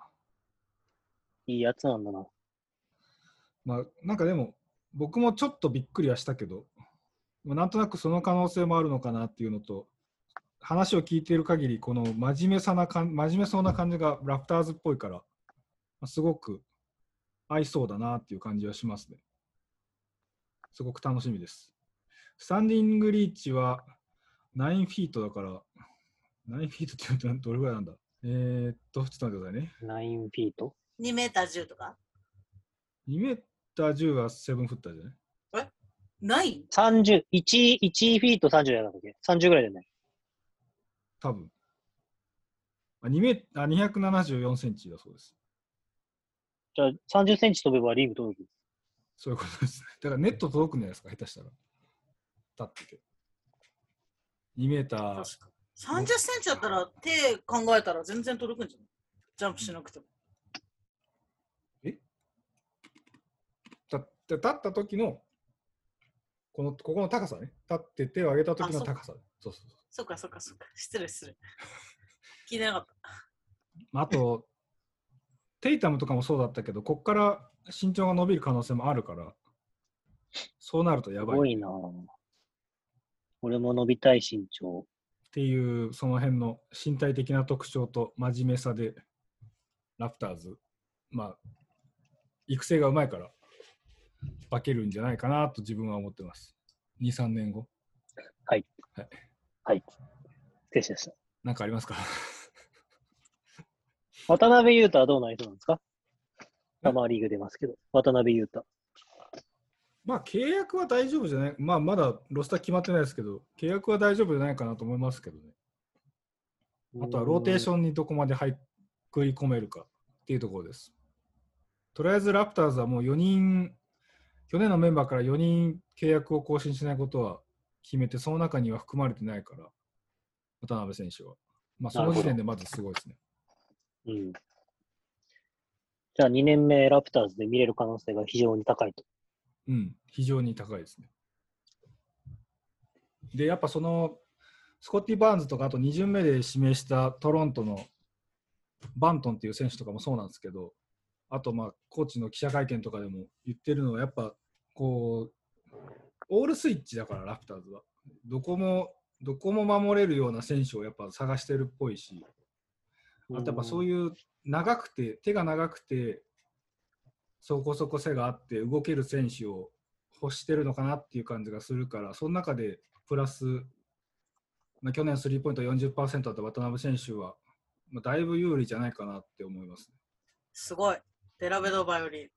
S2: いいやつなんだな。
S1: まあ、なんかでも、僕もちょっとびっくりはしたけど、まあなんとなくその可能性もあるのかなっていうのと、話を聞いている限り、この真面目さなかん、真面目そうな感じがラプターズっぽいから、まあすごく合いそうだなっていう感じはしますね。すごく楽しみです。スタンディングリーチは9フィートだから、9フィートって言うとなんどれぐらいなんだえー、っと、ちょっと待ってくださいね。
S2: 9フィート
S3: 2メーター10とか
S1: 2メーター10は7フッターじゃない
S3: ない
S2: 30、1、1フィート30じゃなかったっけ ?30 ぐらいじゃない
S1: 多分あ2メあ274センチだそうです。
S2: じゃあ30センチ飛べばリーグ届く。
S1: そういうことですね。だからネット届くんじゃないですか、下手したら。立ってて。2メーター、
S3: 確か。30センチだったら手考えたら全然届くんじゃないジャンプしなくても。
S1: た立った時のこの、ここの高さね。立って手を上げた時の高さ。そうそうそう。
S3: そうか、そうか、そうか。失礼、 失礼。聞いてなかった。
S1: まあ、あと、テイタムとかもそうだったけど、こっから身長が伸びる可能性もあるから、そうなるとや
S2: す
S1: ば
S2: ご
S1: いっ
S2: いなぁ俺も伸びたい身長。
S1: ていう、その辺の身体的な特徴と真面目さで、ラプターズ、まあ、育成がうまいから、化けるんじゃないかなと自分は思ってます。2、3年後。
S2: 失礼しました。
S1: なんかあり ますか
S2: 渡辺裕太はどうなりそうなんですかサマーリーグ出ますけど、渡辺裕太。
S1: まあ、契約は大丈夫じゃない、まあ、まだロスター決まってないですけど、契約は大丈夫じゃないかなと思いますけどね。あとはローテーシ
S2: ン。
S1: ョンにどこまで入食い込めるかっていうところです。とりあえずラプターズはもう4人、去年のメンバーから4人契約を更新しないことは決めて、その中には含まれてないから、渡辺選手は。まあ、その時点でまずすごいですね。
S2: うん。じゃあ2年目ラプターズで見れる可能性が非常に高いと。
S1: うん、非常に高いですね。で、やっぱその、スコッティ・バーンズとか、あと2巡目で指名したトロントのバントンっていう選手とかもそうなんですけど、あと、まあ、コーチの記者会見とかでも言ってるのは、やっぱこう、オールスイッチだから、ラプターズは。どこも、どこも守れるような選手をやっぱ探してるっぽいし、あとやっぱそう
S2: う
S1: いう長くて、手が長くて、そこそこ背があって、動ける選手を欲してるのかなっていう感じがするから、その中でプラス、まあ、去年スリーポイント40%だった渡辺選手は、まあ、だいぶ有利じゃないかなって思います、
S3: すごい。デラベドバより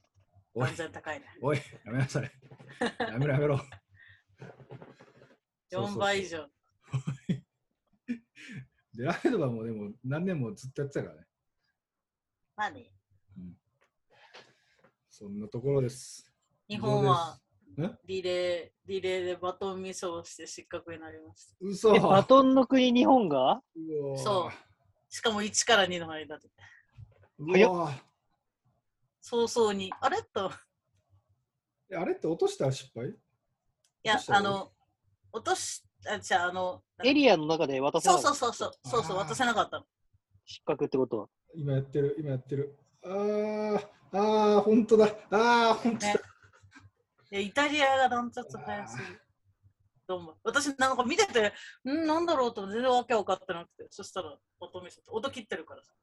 S1: おい
S3: 断、然高いね。
S1: おい、やめなさい。やめろ、やめろ。 そうそうそう
S3: 4倍以上。
S1: デラフェドバもでも何年もずっとやってたからね。
S3: まあね、
S1: そんなところです。
S3: 日本は
S1: 以上です。
S3: リレー、リレーでバトンミスをして失格になりました。
S1: え嘘
S2: え、バトンの国日本が
S1: うわー
S3: そうしかも1から2の間で。
S1: う
S2: 早っ
S1: わー
S3: 早々に、あれと。
S1: えあれって落としたら失敗
S3: い
S1: ど
S3: や
S1: うし、たの
S3: あの、落とし、あ、じゃあ、あの、
S2: エリアの中で渡せな
S3: そ
S2: か
S3: う
S2: った
S3: そうそうそう、そうそう、
S1: あー
S3: 渡せなかったの。
S2: 失格ってことは。
S1: 今やってる、今やってる。あー、あー、本当だ。あー、本当だ。
S3: ねいやイタリアがダントツ早すぎる。どうも。私なんか見てて、んなんだろうと全然わけ分かってなくて、そしたら音見せて、音切ってるからさ。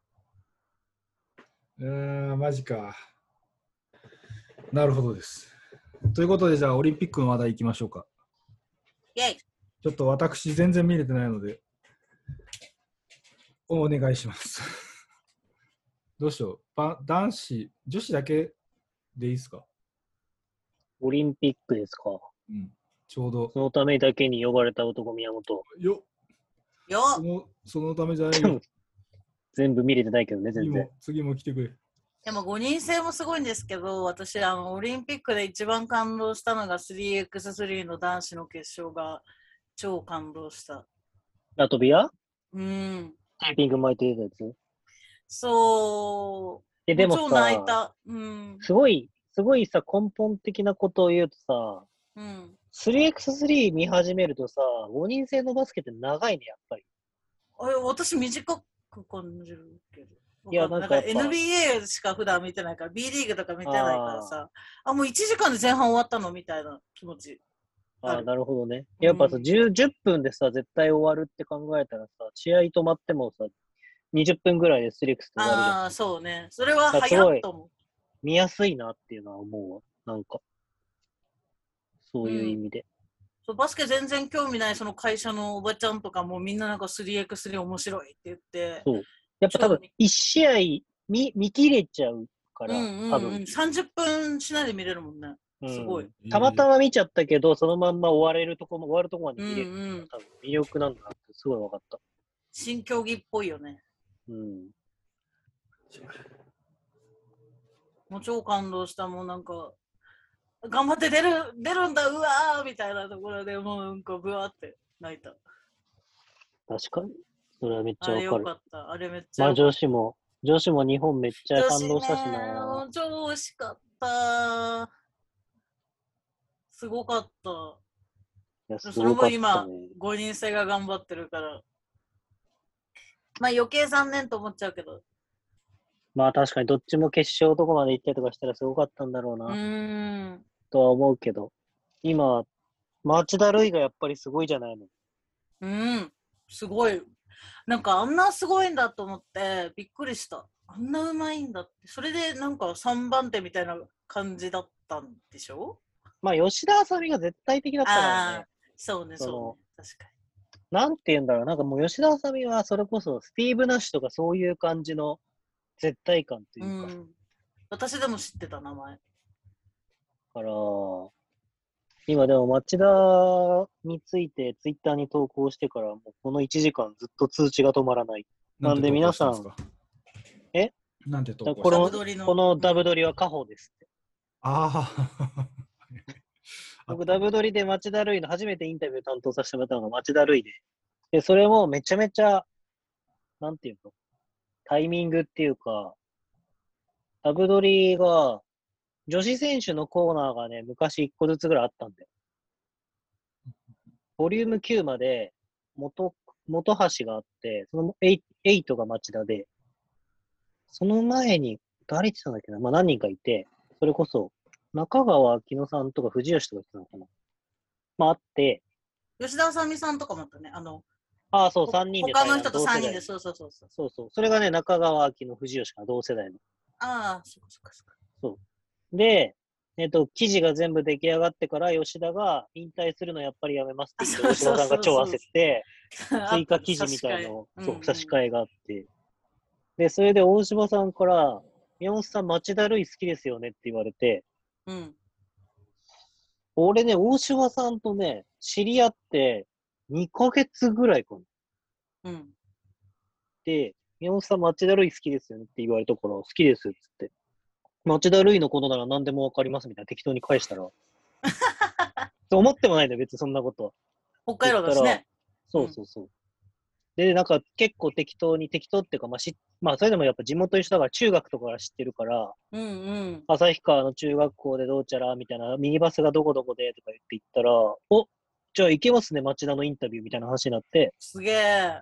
S1: あー、マジか。なるほどです。ということで、じゃあオリンピックの話題いきましょうか。
S3: イェイ
S1: ちょっと私、全然見れてないので、お願いします。 どうしよう。ば男子、女子だけでいいですか、
S2: オリンピックですか。
S1: うん、ちょうど。
S2: そのためだけに呼ばれた男宮本。
S1: よ
S3: よ
S1: そのそのためじゃないよ。
S2: 全部見れてないけどね、
S1: 次
S2: 全然
S1: も。、次も来てくれ。
S3: でも5人制もすごいんですけど、私、あの、オリンピックで一番感動したのが 3x3 の男子の決勝が超感動した。
S2: ラトビア
S3: うん。
S2: テーピング巻いて出たやつ
S3: そう。
S2: え、でも
S3: 超泣い
S2: さ、
S3: た。うん。
S2: すごい、すごいさ、根本的なことを言うとさ、
S3: うん。
S2: 3x3 見始めるとさ、5人制のバスケって長いね、やっぱり。
S3: あれ私短く感じるけど。
S2: いや
S3: わ
S2: なん
S3: んな
S2: か
S3: い
S2: やっぱ
S3: NBA しか普段見てないから、B リーグとか見てないからさ、あもう1時間で前半終わったのみたいな気持ち。
S2: あ
S3: あ
S2: あ、
S3: る
S2: なるほどね。やっぱさ、
S3: うん
S2: 10, 10分でさ、絶対終わるって考えたらさ、試合止まってもさ、20分ぐらいで 3x3 終わるじゃん
S3: ああ、そうね。それは
S2: あすご
S3: 早
S2: い
S3: いと思う。
S2: 見やすいなっていうのは思うわ。なんか。そういう意味で。
S3: そうバスケ全然興味ないその会社のおばちゃんとかもみんななんか 3x3 面白いって言って、
S2: やっぱ多分
S3: そうね、
S2: 1試合見、見切れちゃうから、
S3: うんうんう
S2: 多
S3: ん、
S2: 分、
S3: 30分しないで見れるもんね。
S2: うん
S3: すごい。
S2: たまたま見ちゃったけど、そのまんま終われるとこも、終わるとこまで
S3: う
S2: 見
S3: ん
S2: れ
S3: う
S2: る。
S3: ん。
S2: 多分、魅力なんだなって、すごい分かった。
S3: 新競技っぽいよね。
S2: うん。
S3: もう超感動した、もうなんか、頑張って出る、出るんだ、うわーみたいなところでもうなんかブワーって泣いた。
S2: 確かに。それはめっち
S3: あ
S2: ゃ
S3: れ
S2: 分か
S3: よ
S2: る
S3: か。った、あれめっちゃ
S2: まあ、
S3: よかっ
S2: 女子も、女子も日本めっち
S3: た。
S2: ゃ感動したし
S3: 女子ねも
S2: な。
S3: う超美味しかった。すごかった。
S2: やす
S3: そ
S2: ご
S3: の
S2: かっ
S3: 分
S2: た
S3: 今
S2: ね、
S3: 5人制が頑張ってるから。まあ余計残念と思っちゃうけど。
S2: まあ確かにどっちも決勝どこまで行ったりとかしたらすごかったんだろうな、
S3: うーん。
S2: とは思うけど、今、町田瑠唯がやっぱりすごいじゃないの。
S3: うん。すごい。なんかあんなすごいんだと思ってびっくりした。あんなうまいんだって。それでなんか3番手みたいな感じだったんでしょ
S2: まあ吉田麻美が絶対的だったから
S3: ああー
S2: ね。、
S3: そうね、
S2: その
S3: そうね。確か
S2: なんて言うんだろう、なんかもう吉田麻美はそれこそスティーブ・ナッシュとかそういう感じの絶対感とい
S3: に。
S2: うか、
S3: う
S2: だ
S3: ん。私でも知ってた名前。
S2: から、今でも町田についてツイッターに投稿してから、もうこの1時間ずっと通知が止まらない。なんで皆さん
S1: なんて投稿したですか
S2: え
S1: なんて投
S2: だ
S1: 稿
S2: から
S1: した
S2: こ
S3: ダブドリ
S2: の、
S3: の
S2: このダブドリは家宝ですって。
S1: ああ。
S2: 僕、ダブドリで町田瑠唯の初めてインタビュー担当させてもらったのが町田瑠唯で。で、それもめちゃめちゃ、なんていうのタイミングっていうか、ダブドリが、女子選手のコーナーがね、昔1個ずつぐらいあったんだよ。ボリューム9まで、元、元橋があって、その8 8が町田で、その前に、誰言ってたんだっけなまあ何人かいて、それこそ、中川明乃さんとか藤吉とか言ってたのかなまああって、
S3: 吉田あさみさんとかもあったね。あの、
S2: ああ、そう、
S3: ほ
S2: 3人で
S3: 他
S2: 対
S3: の
S2: 談。
S3: 人と
S2: 同世
S3: 3
S2: 代
S3: 人で、そうそうそうそう。
S2: そうそう。それがね、中川明乃藤吉が同世代の。
S3: ああ、そっかそっかそっか。
S2: で、えっと、記事が全部出来上がってから、吉田が引退するのやっぱりやめますって言って、
S3: あ
S2: 吉田さんが超焦って、追加記事みたいのを、
S3: あ
S2: そ
S3: うん
S2: う、差し替えがあって。で、それで大島さんから、宮本さん、町田瑠唯好きですよねって言われて、
S3: うん。
S2: 俺ね、大島さんとね、知り合って2ヶ月ぐらいかな。
S3: うん。
S2: で、宮本さん、町田瑠唯好きですよねって言われたから、好きですっつって。町田瑠唯のことなら何でもわかりますみたいな適当に返したら。そう思ってもないんだよ、別にそんなことは。
S3: 北海道だしね。
S2: そうそうそう。で、なんか結構適当に、適当っていうか、まあし、まあ、それでもやっぱ地元一緒だから中学とかから知ってるから、
S3: うんうん。
S2: 旭川の中学校でどうちゃらみたいな、ミニバスがどこどこでとか言って行ったら、おじゃあ行けますね、町田のインタビューみたいな話になって、
S3: すげえ。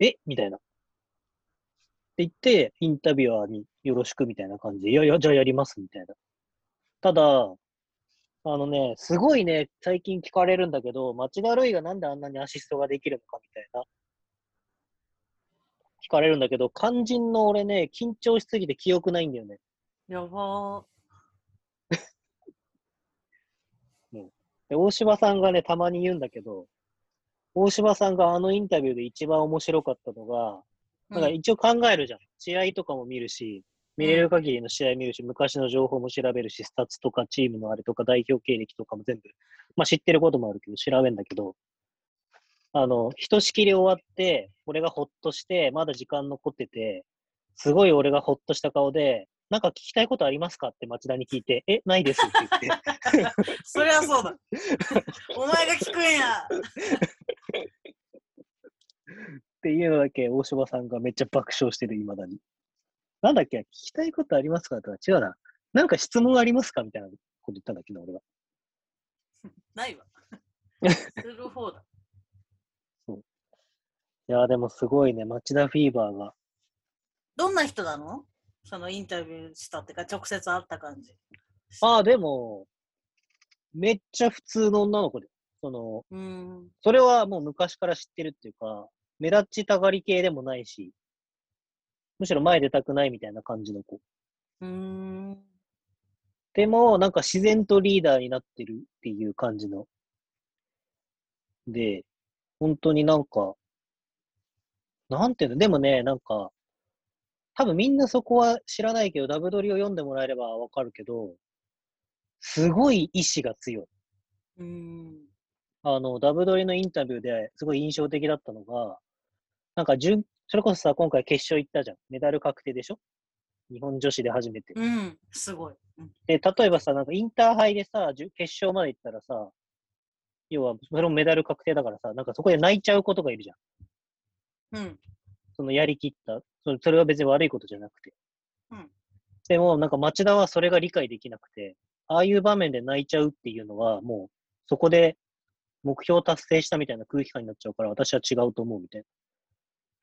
S2: えみたいな。って言って、インタビュアーによろしくみたいな感じで、いやいや、じゃあやりますみたいな。ただ、あのね、すごいね、最近聞かれるんだけど、町田瑠唯がなんであんなにアシストができるのかみたいな。聞かれるんだけど、肝心の俺ね、緊張しすぎて記憶ないんだよね。
S3: やばー。
S2: で、大柴さんがね、たまに言うんだけど、大柴さんがあのインタビューで一番面白かったのが、なんか
S3: うん
S2: 一応考えるじゃん。試合とかも見るし、見れる限りの試合見るし、昔の情報も調べるし、スタッツとかチームのあれとか代表経歴とかも全部、まあ知ってることもあるけど、調べんだけど、あの、ひとしきり終わって、俺がほっとして、まだ時間残ってて、すごい俺がほっとした顔で、なんか聞きたいことありますかって町田に聞いて、え、ないですって言って、
S3: そりゃそうだ。お前が聞くんや。
S2: っていうのだけ大柴さんがめっちゃ爆笑してる、未だに。なんだっけ、聞きたいことありますかとか違うな。なんか質問ありますかみたいなこと言ったんだけど、俺が。
S3: ないわ。する方だ。
S2: いやー、でもすごいね、町田フィーバーが。
S3: どんな人なのそのインタビューしたってか、直接会った感じ。
S2: ああ、でも、めっちゃ普通の女の子で。その、
S3: うーん。
S2: それはもう昔から知ってるっていうか、目立ちたがり系でもないし、むしろ前出たくないみたいな感じの子。
S3: うーん。
S2: でも、なんか自然とリーダーになってるっていう感じの。で、本当になんか、なんていうの、でもね、なんか、多分みんなそこは知らないけど、ダブドリを読んでもらえればわかるけど、すごい意志が強い。
S3: うーん。
S2: あの、ダブドリのインタビューですごい印象的だったのが、なんか準、それこそさ、今回決勝行ったじゃん。メダル確定でしょ日本女子で初めて。
S3: うん。すごい。うん
S2: で、例えばさ、なんかインターハイでさ、じゅ決勝まで行ったらさ、要は、それもメダル確定だからさ、なんかそこで泣いちゃうことがいるじゃん。
S3: うん。
S2: そのやりきった。それそれは別に悪いことじゃなくて。
S3: うん。
S2: でも、なんか町田はそれが理解できなくて、ああいう場面で泣いちゃうっていうのは、もう、そこで目標達成したみたいな空気感になっちゃうから、私は違うと思うみたいな。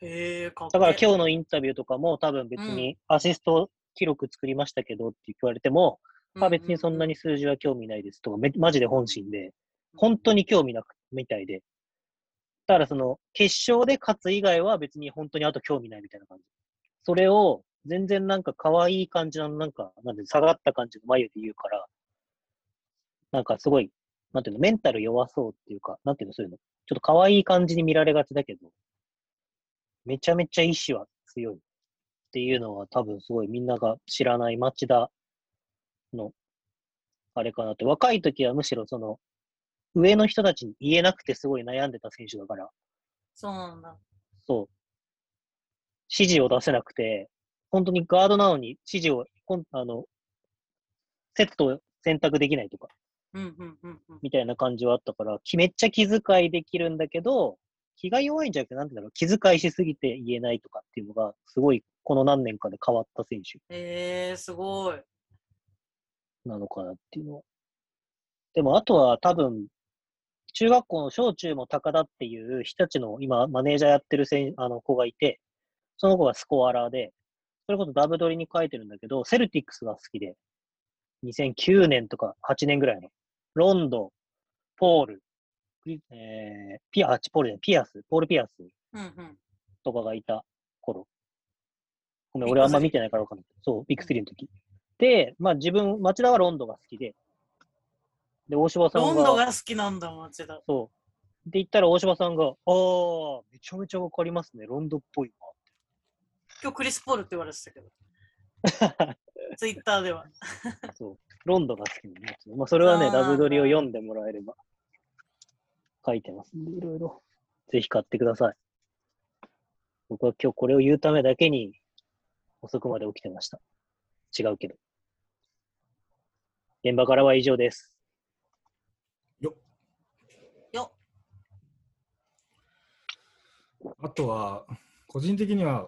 S3: ええー、かっこ
S2: だから
S3: 日、
S2: 今日のインタビューとかも多分別にアシスト記録作りましたけどって言われても、まあ別にそんな
S3: に。
S2: に数字は興味ないですとか、めマジで本心で、本当に興味なくみたいで。だからその決勝で勝つ以外は別に本当にあと興味ないみたいな感じ。それを全然なんか可愛い感じのなんか、なんで下がった感じの眉で言うから、なんかすごい、なんていうの、メンタル弱そうっていうか、なんていうの、そういうの。ちょっと可愛い感じに見られがちだけど、めちゃめちゃ意志は強いっていうのは多分すごいみんなが知らない町田のあれかなって。若い時はむしろその、上の人たちに言えなくてすごい悩んでた選手だから、
S3: そうなんだ。
S2: そう。指示を出せなくて、本当にガードなのに指示を、こんあの、セットを選択できないとか、
S3: うんうんうんうん。
S2: みたいな感じはあったから、きめっちゃ気遣いできるんだけど、気が弱いんじゃなくて、なんていうんだろう、気遣いしすぎて言えないとかっていうのが、すごいこの何年かで変わった選手
S3: ええー、すごい。
S2: なのかなっていうのは。でも、あとは多分、中学校の小中も高田っていう日立の今、マネージャーやってるせんあの子がいて、その子がスコアラーで、それこそダブドリに書いてるんだけど、セルティックスが好きで、2009年とか8年ぐらいの、ロンド、ポール、クリえー、ピア、あポールじゃないピアス、ポールピアス
S3: うんうん。
S2: とかがいた頃。ごめん、俺あんま見てないからわかんない。そう、ビッグスリーの時。で、まあ自分、町田はロンドが好きで、で、大柴さん
S3: ロ
S2: が、
S3: ンドが好きなんだ、町田。
S2: そう。で、言ったら大柴さんが、ああ、めちゃめちゃわかりますね、ロンドっぽい
S3: 今日クリス・ポールって言われてた けど、
S2: わ。
S3: ツイッターでは。
S2: そう。ロンドが好きなんですよまあそれは
S3: あ
S2: ね、
S3: ー
S2: ダブドリを読んでもらえれば、書いてますんで、いろいろ。ぜひ買ってください。僕は今日これを言うためだけに、遅くまで起きてました。違うけど。現場からは以上です。
S3: よ
S1: あとは、個人的には、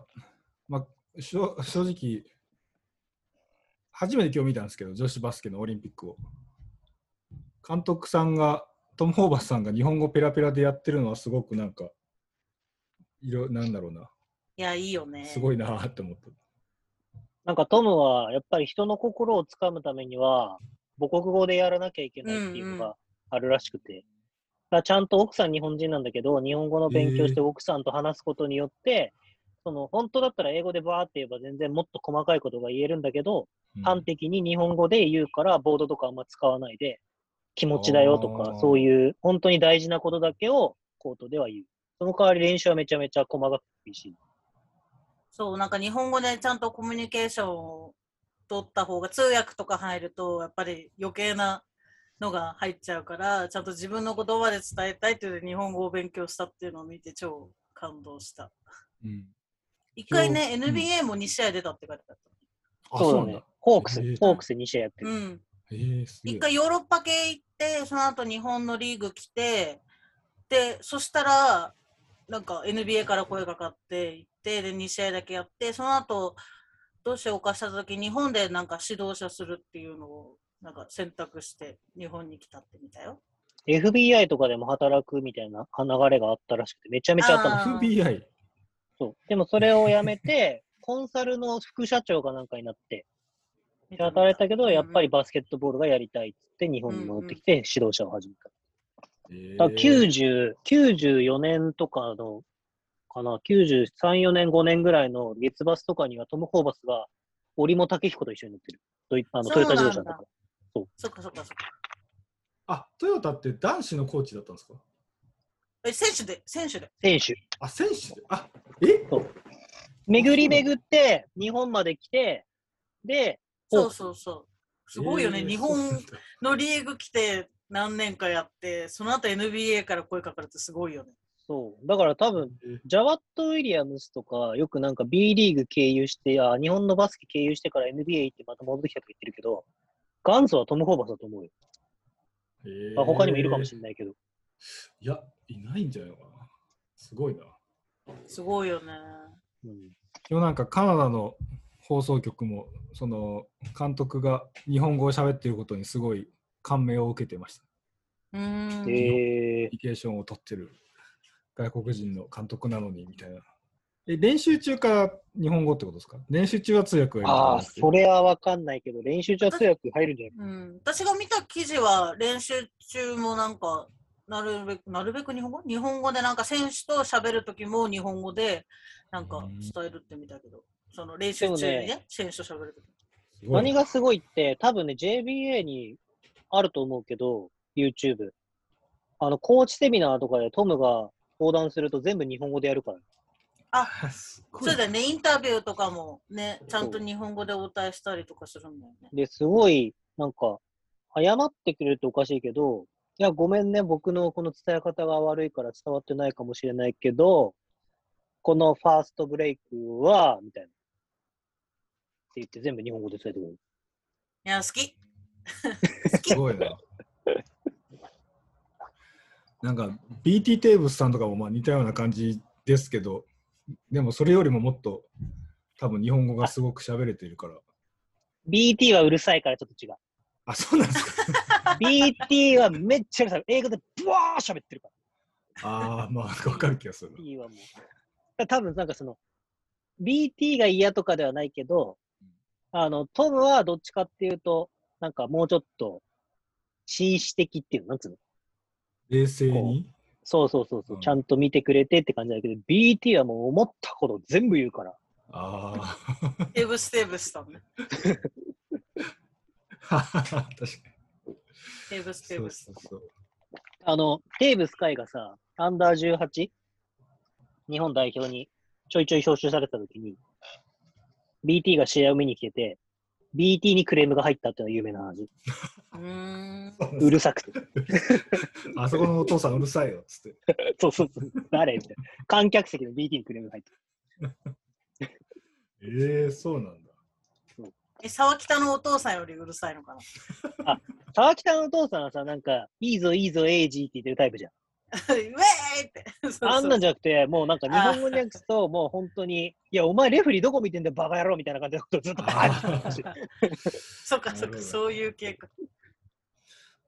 S1: まあ、しょ正直、初めて今日見たんですけど、女子バスケのオリンピックを。監督さんが、トム・ホーバスさんが日本語ペラペラでやってるのは、すごくなんか、いろなんだろうな、
S3: いや、いいよね。
S1: すごいなーって思った。
S2: なんかトムは、やっぱり人の心をつかむためには、母国語でやらなきゃいけないっていうの
S3: うんう
S2: があるらしくて、だからちゃんと奥さん日本人なんだけど、日本語の勉強して奥さんと話すことによって、その本当だったら英語でバーって言えば全然もっと細かいことが言えるんだけど、
S1: うん
S2: 端的に日本語で言うから、ボードとかあんま使わないで、気持ちだよと
S1: あ
S2: か、
S1: ー
S2: そういう本当に大事なことだけをコートでは言う。その代わり練習はめちゃめちゃ細かくていいし。
S3: そう、なんか日本語でちゃんとコミュニケーションを取った方が、通訳とか入ると、やっぱり余計なのが入っちゃうから、ちゃんと自分の言葉で伝えたいというので日本語を勉強したっていうのを見て超感動した。
S1: うん
S3: 一回ね、
S1: うん
S3: NBA も2試合出たって書いてあっ
S1: あ、
S2: そう
S1: そう
S2: だ
S1: なん
S2: ね
S1: だ。。
S2: ホークス、
S1: えー
S2: ホークス2試合やって
S3: た。
S2: る。
S3: うん。
S1: えー、すげえ
S3: 一回ヨーロッパ系行って、その後日本のリーグ来て、で、そしたら、なんか NBA から声がかかって行って、で、2試合だけやって、その後、どうしようかした時日本でなんか指導者するっていうのを、なんか選択して、日本に来たってみたよ。
S2: FBI とかでも働くみたいな流れがあったらしくて、めちゃめちゃ頭
S3: あー
S1: FBI。
S2: そう。でもそれをやめて、 コンサルの副社長かなんかになって、で働いたけど、やっぱりバスケットボールがやりたいっつって、日本に戻ってきて指導者を始めた。
S1: えー
S2: だから90 94年とかの、かな、93、4年、5年ぐらいの月バスとかにはトム・ホーバスが、折茂武彦と一緒に乗ってる。ドイあのト
S3: そう
S2: ヨタ
S3: なんだ
S2: 自動車のとか。
S3: そっかそっかそっか。
S1: あ、トヨタって男子のコーチだったんですか
S3: え、選手で、選手で。
S2: 選手。
S1: あ、選手であ、え
S2: 巡り巡って、日本まで来て、で、ホーク
S3: そう
S2: ス
S3: そうそう。すごいよね。
S1: えー
S3: 日
S1: そうなん
S3: 本
S1: だ
S3: のリーグ来て何年かやって、その後 NBA から声かかるってすごいよね。
S2: そう。だから多分、
S1: え
S2: ジャワット・ウィリアムスとか、よくなんか B リーグ経由して、あ日本のバスケ経由してから NBA 行ってまた戻ってきたとか言ってるけど、元祖はトム・ホーバスだと思うよ。
S1: ー
S2: まあ、他にもいるかもしれないけど。
S1: いや、いないんじゃないかな。すごいな。
S3: すごいよね。
S2: うん、
S1: 今日なんかカナダの放送局も、その監督が日本語を喋っていることにすごい感銘を受けてました。
S3: ううー
S2: え
S3: ん。
S2: ー
S1: コミュニケーションを取ってる外国人の監督なのにみたいな。え練習中から日本語ってことですか練習中は通訳がいると思うん
S2: ああ、
S1: ですけ
S2: そ
S1: ど
S2: れはわかんないけど、練習中は通訳入るんじゃない
S3: うん、私が見た記事は練習中もなんかなるべくなるべく日本語日本語でなんか選手と喋る時も日本語でなんか伝えるってみたけど、その練習中にね
S2: でも
S3: 選手と喋る時
S1: すごい
S2: 何がすごいって、多分ね、JBA にあると思うけど、YouTube。あの、コーチセミナーとかでトムが登壇すると全部日本語でやるから。
S1: すごい
S3: そうだよねインタビューとかもねちゃんと日本語で応対したりとかするんだよね。
S2: で、すごい、なんか、謝ってくれるっておかしいけど、いや、ごめんね、僕のこの伝え方が悪いから伝わってないかもしれないけど、このファーストブレイクは、みたいな。って言って全部日本語で伝えてくれる。
S3: いや好き
S1: すごいな。なんか BT テーブスさんとかもまあ似たような感じですけど、でもそれよりももっと多分日本語がすごく喋れてるから。
S2: BT はうるさいからちょっと違う。
S1: あ、そうなんです か。
S2: BT はめっちゃうるさい。英語でブワー喋ってるから。
S1: ああ、まあ、なんかわかる気がするな。
S2: BT はもう。だ多分なんかその、BT が嫌とかではないけど、あの、トムはどっちかっていうと、なんかもうちょっと、紳士的っていうの、なんつうの
S1: 冷静に。
S2: そうそうそうそ
S1: う
S2: う、
S1: ん
S2: ちゃんと見てくれてって感じだけど、BT はもう思ったこと全部言うから。
S1: あ
S3: テーブステーブスさんね
S1: あ、 確かに。
S3: テーブステー
S1: そ
S3: ブ
S1: う
S3: ス
S1: そうそう。
S2: あの、テーブス海がさ、アンダー 18? 日本代表にちょいちょい招集された時に、BT が試合を見に来てて、BT にクレームが入ったっていうのが有名な話。
S3: うーん
S2: うるさくて。
S1: あそこのお父さんうるさいよっつって。
S2: そうそうそう。誰みたいな。観客席の BT にクレームが入った。
S1: ええそうなんだ。
S3: え沢北のお父さんよりうるさいのかな
S2: 沢北のお父さんはさ、なんか、いいぞいいぞエイジーって言ってるタイプじゃん。
S3: ウェーイってそうそう
S2: あんなんじゃなくて、もうなんか日本語に訳すと、もう本当に、いや、お前レフェリーどこ見てんだよ、バカ野郎みたいな感じのことをずっとバーッて言ってたし
S3: そっかそっかそういう系か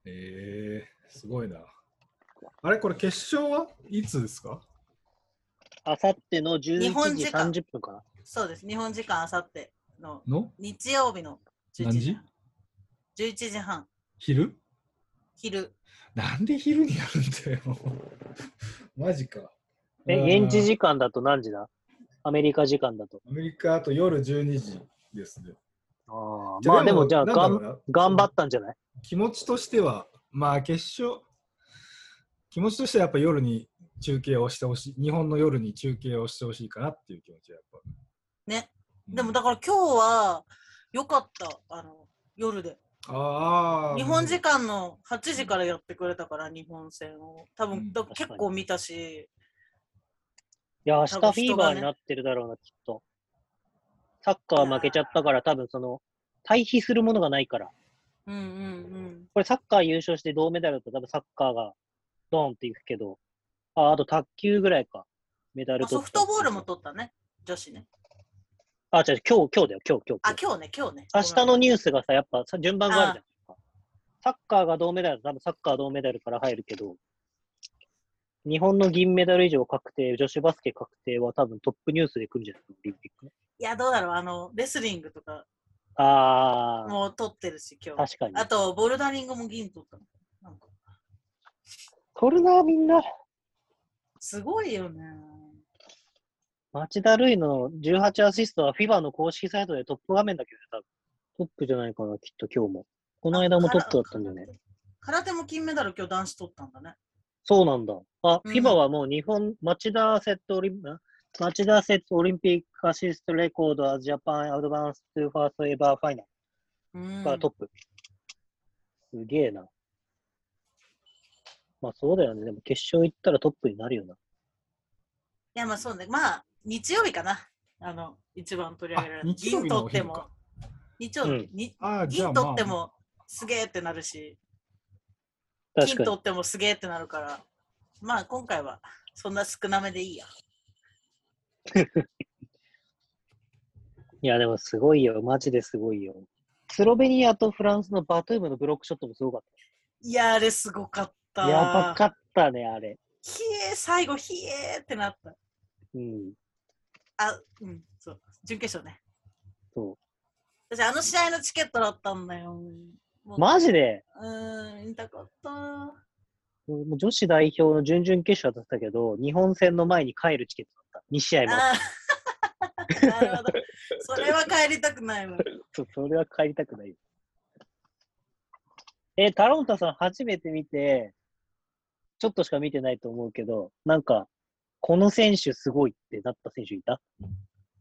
S1: ええすごいな。あれ、これ決勝はいつですか
S2: あさっての11
S3: 日本
S2: 時
S3: 時間
S2: 30分かな。
S3: そうです日本時間あさっての
S1: の
S3: 日曜日の11
S1: 何
S3: 時
S1: 時
S3: 半11時半
S1: 昼
S3: 昼
S1: なんで昼にやるんだよ。 マジか。
S2: え、現地
S1: うん
S2: 時間だと何時だアメリカ時間だと。
S1: アメリカあと夜12時ですね。
S2: あまあでもじゃあ
S1: なんだ
S2: が、
S1: ろうんな
S2: 頑張ったんじゃない
S1: 気持ちとしては、まあ決勝、気持ちとしてはやっぱ夜に中継をしてほしい、日本の夜に中継をしてほしいかなっていう気持ちはやっぱ。
S3: ね
S1: うん
S3: でもだから今日は良かったあの夜で
S1: ああ。
S3: 日本時間の8時からやってくれたから日本戦を多分、
S1: うん
S3: だ結構見たし
S2: いや、明日
S3: なん
S2: フ
S3: か
S2: ィー
S3: 人
S2: バ
S3: がね
S2: ーになってるだろうな、きっと。サッカー負けちゃったから、多分その、対比するものがないから。
S3: うんうんうん
S2: これサッカー優勝して銅メダルだと多分サッカーがドーンっていくけど、あ、あと卓球ぐらいか。メダル
S3: あ
S2: 取
S3: ソ
S2: った
S3: フトボールも取ったね女子ね
S2: あ、違う、今日、今日だよ、今日、今日。
S3: あ今日ね今日ね
S2: 明日のニュースがさ、やっぱさ順番があるじゃん。サッカーが銅メダル、多分サッカー銅メダルから入るけど、日本の銀メダル以上確定、女子バスケ確定は多分トップニュースで来るんじゃないオリンピックね。
S3: いやどうだろうあのレスリングとか
S2: あー、
S3: も取ってるし今
S2: 確
S3: 日
S2: かに。
S3: あとボルダリングも銀取ったのなんか
S2: 取るな、みんな。
S3: すごいよね
S2: 町田瑠唯の18アシストは FIBA の公式サイトでトップ画面だけどね、多分。トップじゃないかな、きっと今日も。この間もトップだったんだよね。
S3: 空手も金メダル今日男子取ったんだね。
S2: そうなんだ。あ、
S3: うん
S2: FIBA はもう日本、町田セットオリンピ町田セットオリンピックアシストレコードアジャパンアドバンストゥファーストエバーファイナ
S3: うん
S2: ルからトップ。すげえな。まあそうだよね。でも決勝行ったらトップになるよな。
S3: いやまあそうね。まあ日曜日かな。あの一番取り上げられ
S1: あ
S3: る。
S1: 日曜
S3: 銀
S1: 日の
S3: 取
S1: お
S3: って
S1: 昼か
S3: も。日曜日、
S2: うん
S3: に
S1: あーじゃあ
S3: 銀
S1: まあ
S3: 取ってもすげえってなるし、
S2: 確
S3: 金
S2: かに
S3: 取。ってもすげえってなるから、まあ今回はそんな少なめでいいや。
S2: いやでもすごいよ。マジですごいよ。スロベニアとフランスのバトゥームのブロックショットもすごかった。
S3: いやあれすごかった。った。
S2: やばかったね、あれ。
S3: ひえ、最後、ひえーってなった。
S2: うん。
S3: あ、うん、そう。準決勝ね。
S2: そ
S3: 私、あの試合のチケットだったんだよ。も
S2: う。マジで、
S3: うーん、見たかった。
S2: もう女子代表の準々決勝だったけど、日本戦の前に帰るチケットだった。2試合も。
S3: あー なるほど。それは帰りたくないわ。
S2: そそれは帰りたくないよ。えータロンタさん初めて見て、ちょっとしか見てないと思うけど、なんか、この選手すごいってなった選手いた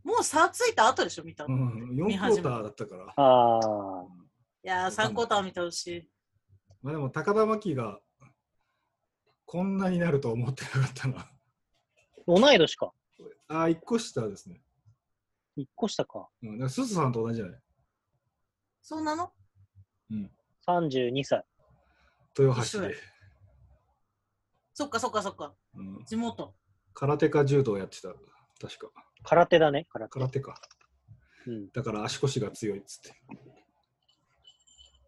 S3: もう差ついた後でしょ、見た
S1: う
S3: の。い
S1: ん、4クォーターだったから。
S2: ああ、
S3: やー、3クォーター見てほしい。
S1: まあ、でも高田真希がこんなになるとは思ってなかったな。
S2: 同い年か。
S1: ああ、1個下ですね。
S2: 1個下か。
S1: うん、だからすずさんと同じじゃない
S3: そうなの
S1: うん。
S2: 32歳。
S1: 豊
S3: 一緒
S1: 橋
S3: だ
S1: で
S3: よ。そっかそっかそっか。
S1: うん、
S3: 地元。
S1: 空手か柔道やってた。確か。
S2: 空手だね、空手。
S1: 空手か。
S2: うん、
S1: だから足腰が強いっつって。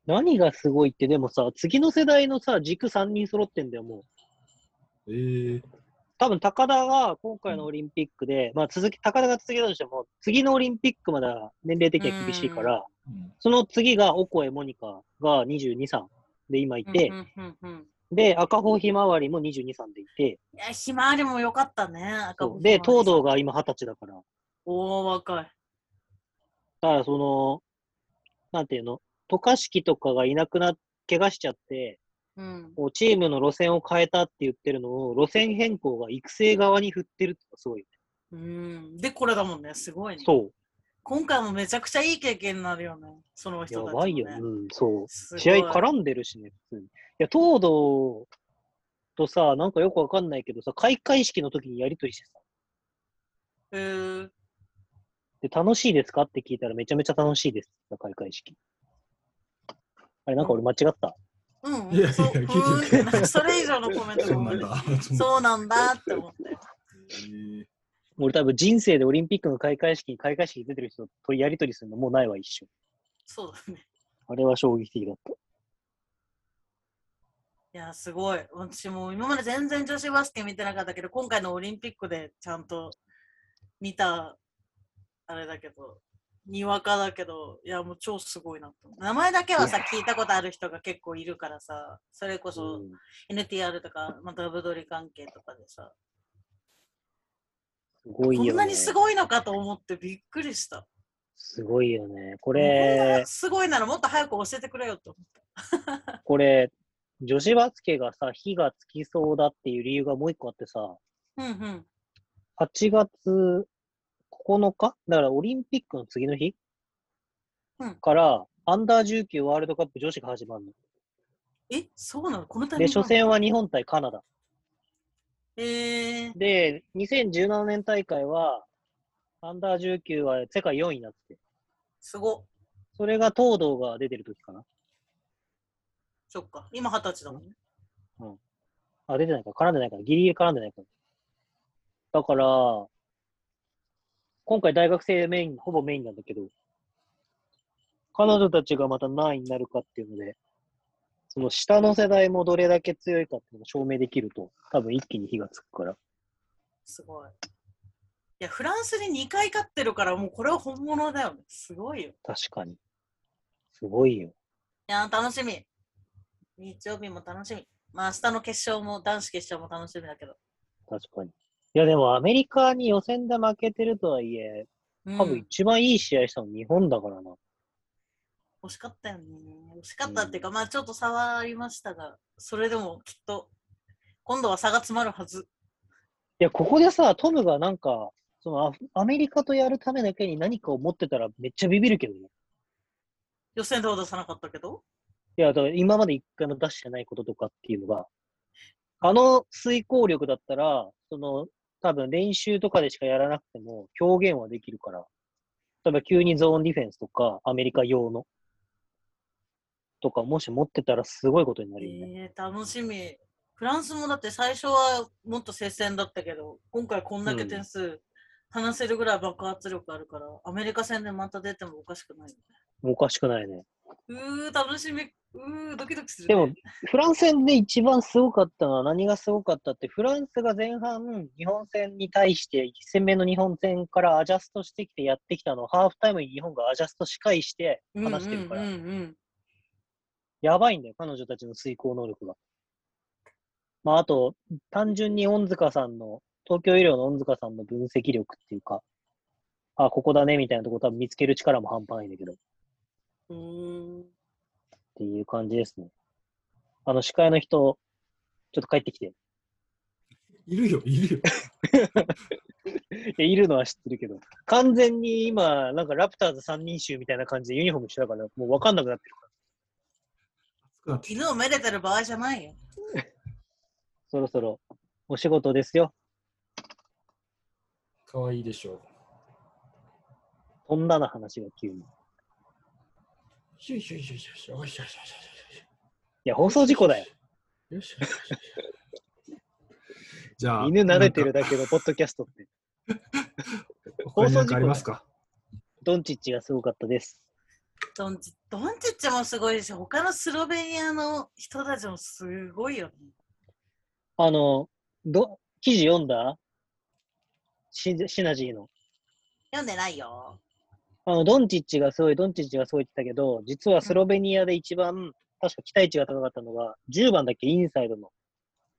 S2: 何がすごいって、でもさ、次の世代のさ、軸3人揃ってんだよ、も
S1: え
S2: う。
S1: ー、
S2: 多分高田が今回のオリンピックで、まあ続き、高田が続けたとしても、次のオリンピックまでは年齢的には厳しいから、
S1: うん、
S2: その次がオコエモニカが22、3で今いて、
S3: うんうんうんうん
S2: で、赤穂ひまわりも22、3でいて、
S3: いや、ひまわりも良かったね。赤星
S2: で、
S3: ひま
S2: 東
S3: わりさん
S2: 堂。が今20歳だから、だ
S3: おー、若い。
S2: からその、なんていうの、渡嘉敷とかがいなくなっ怪我しちゃって、
S3: うん。
S2: こうチームの路線を変えたって言ってるのを、路線変更が育成側に振ってるってのがすごいよ
S3: うん。で、これだもんね。すごいね
S2: ね。。そ
S3: 今回もめちゃくちゃいい経験になるよね。その
S2: う。
S3: 人
S2: や
S3: たちも、
S2: ば
S3: ね。
S2: いよ、うん、そう。
S3: すごい
S2: 試合絡んでるしね、普通に。いや、東堂とさ、なんかよくわかんないけどさ、開会式の時にやりとりしてさ、
S3: えー
S2: で、楽しいですかって聞いたらめちゃめちゃ楽しいですって言った。開会式。あれ、なんか俺間違った。
S3: うんうん。
S1: いやいや
S3: そう
S1: 聞いてる
S3: うんってなんかそれ以上のコメン ト
S1: そうなんだ。
S3: そうなんだって 思って。
S1: えー
S2: 俺多分人生でオリンピックの開会式に開会式に出てる人とやりとりするのもうないわ、一瞬。
S3: そうだね。
S2: あれは衝撃的だった。
S3: いや、すごい。私も今まで全然女子バスケ見てなかったけど、今回のオリンピックでちゃんと見た、あれだけど、にわかだけど、いや、もう超すごいなと思う。名前だけはさ、聞いたことある人が結構いるからさ、それこそ、
S2: うん
S3: NTR とか、まあ、ダブドリ関係とかでさ、
S2: すごいよ
S3: こ
S2: ね。
S3: んなにす
S2: ご
S3: ごいのかと思ってびっくりした。
S2: すごいよね。こ
S3: こん
S2: れ
S3: な、すごいならもっと早く教えてくれよと思った。
S2: これ、女子バスケがさ、火がつきそうだっていう理由がもう一個あってさ、
S3: うんうん。
S2: 8月9日だからオリンピックの次の日、
S3: うん
S2: から、アンダー19ワールドカップ女子が始まる
S3: え、そうなのこのタ
S2: の。
S3: イミ
S2: で、
S3: ン
S2: 初
S3: グなの
S2: 戦は日本対カナダ。
S3: えー、
S2: で、2017年大会は、アンダー19は世界4位になってて、
S3: すごっ。
S2: それが東堂が出てる時かな。
S3: そっか。今二十歳だもんね。
S2: あ、出てないか、絡んでないから、ギリギリ絡んでないから。だから、今回大学生メイン、ほぼメインなんだけど、彼女たちがまた何位になるかっていうので、その下の世代もどれだけ強いかっていうのを証明できると、多分一気に火がつくから。
S3: すごい。いや、フランスに2回勝ってるから、もうこれは本物だよね。すごいよ。い
S2: 確かに。すごいよ。
S3: やー、楽しみ。日曜日も楽しみ。まあ、明日の決勝も、男子決勝も楽しみだけど。
S2: 確かに。いや、でもアメリカに予選で負けてるとはいえ、
S3: うん
S2: 多分一番いい試合したの日本だからな。
S3: 惜しかったよね。惜しかったっていうか、まあちょっと差はありましたが、それでもきっと、今度は差が詰まるはず。
S2: いや、ここでさ、トムがなんか、そのアフアメリカとやるためだけに何かを持ってたらめっちゃビビるけどね。
S3: 予選では出さなかったけど。
S2: いや、だから今まで一回も出してないこととかっていうのが、あの遂行力だったら、その、多分練習とかでしかやらなくても表現はできるから、例えば急にゾーンディフェンスとか、アメリカ用の、とか、もし持ってたらすごいことになるよね。
S3: えー、楽しみ。フランスもだって最初はもっと接戦だったけど、今回こんだけ点数離せるぐらい爆発力あるから、アメリカ戦でまた出てもおかしくないよね。
S2: おかしくないね。
S3: うー、楽しみ。うー、ドキドキする、ね。
S2: でも、フランス戦で一番すごかったのは何がすごかったって、フランスが前半、日本戦に対して、1戦目の日本戦からアジャストしてきてやってきたのを、ハーフタイムに日本がアジャストし返して話してるから、
S3: うんうんうん
S2: やばいんだよ、彼女たちの遂行能力が。まあ、あと、単純に恩塚さんの、東京医療の恩塚さんの分析力っていうか、あ、ここだねみたいなとこ多分見つける力も半端ないんだけど、っ
S3: うん。うーん
S2: ていう感じですね。あの、司会の人、ちょっと帰ってきて。
S1: いるよ、いるよ。
S2: いやいるのは知ってるけど、完全に今、なんかラプターズ3人衆みたいな感じでユニフォーム一緒だから、もう分かんなくなってるから、
S1: 熱くなってき
S3: 犬をめでてる場合じゃないよ。
S2: そろそろお仕事ですよ。
S1: た。かわいいでしょ。
S2: 飛んだな話が急に。いう
S1: シュシュシュシュシュおいしょしょしょしょしょ
S2: や、放送事故だよ。
S1: よしよしよしよしじゃあ、
S2: 犬撫でてるだけのポッドキャストって。
S1: 放送事ありますか
S2: ドンチッチがすごかったです。
S3: ドンチドンチッチもすごいですし、他のスロベニアの人たちもすごいよね。
S2: あの、ど記事読んだシシナジーの。
S3: 読んでないよ。
S2: あの、ドンチッチがすごい、ドンチッチがすごいって言ったけど、実はスロベニアで一番、確か期待値が高かったのが、10番だっけ、インサイドの。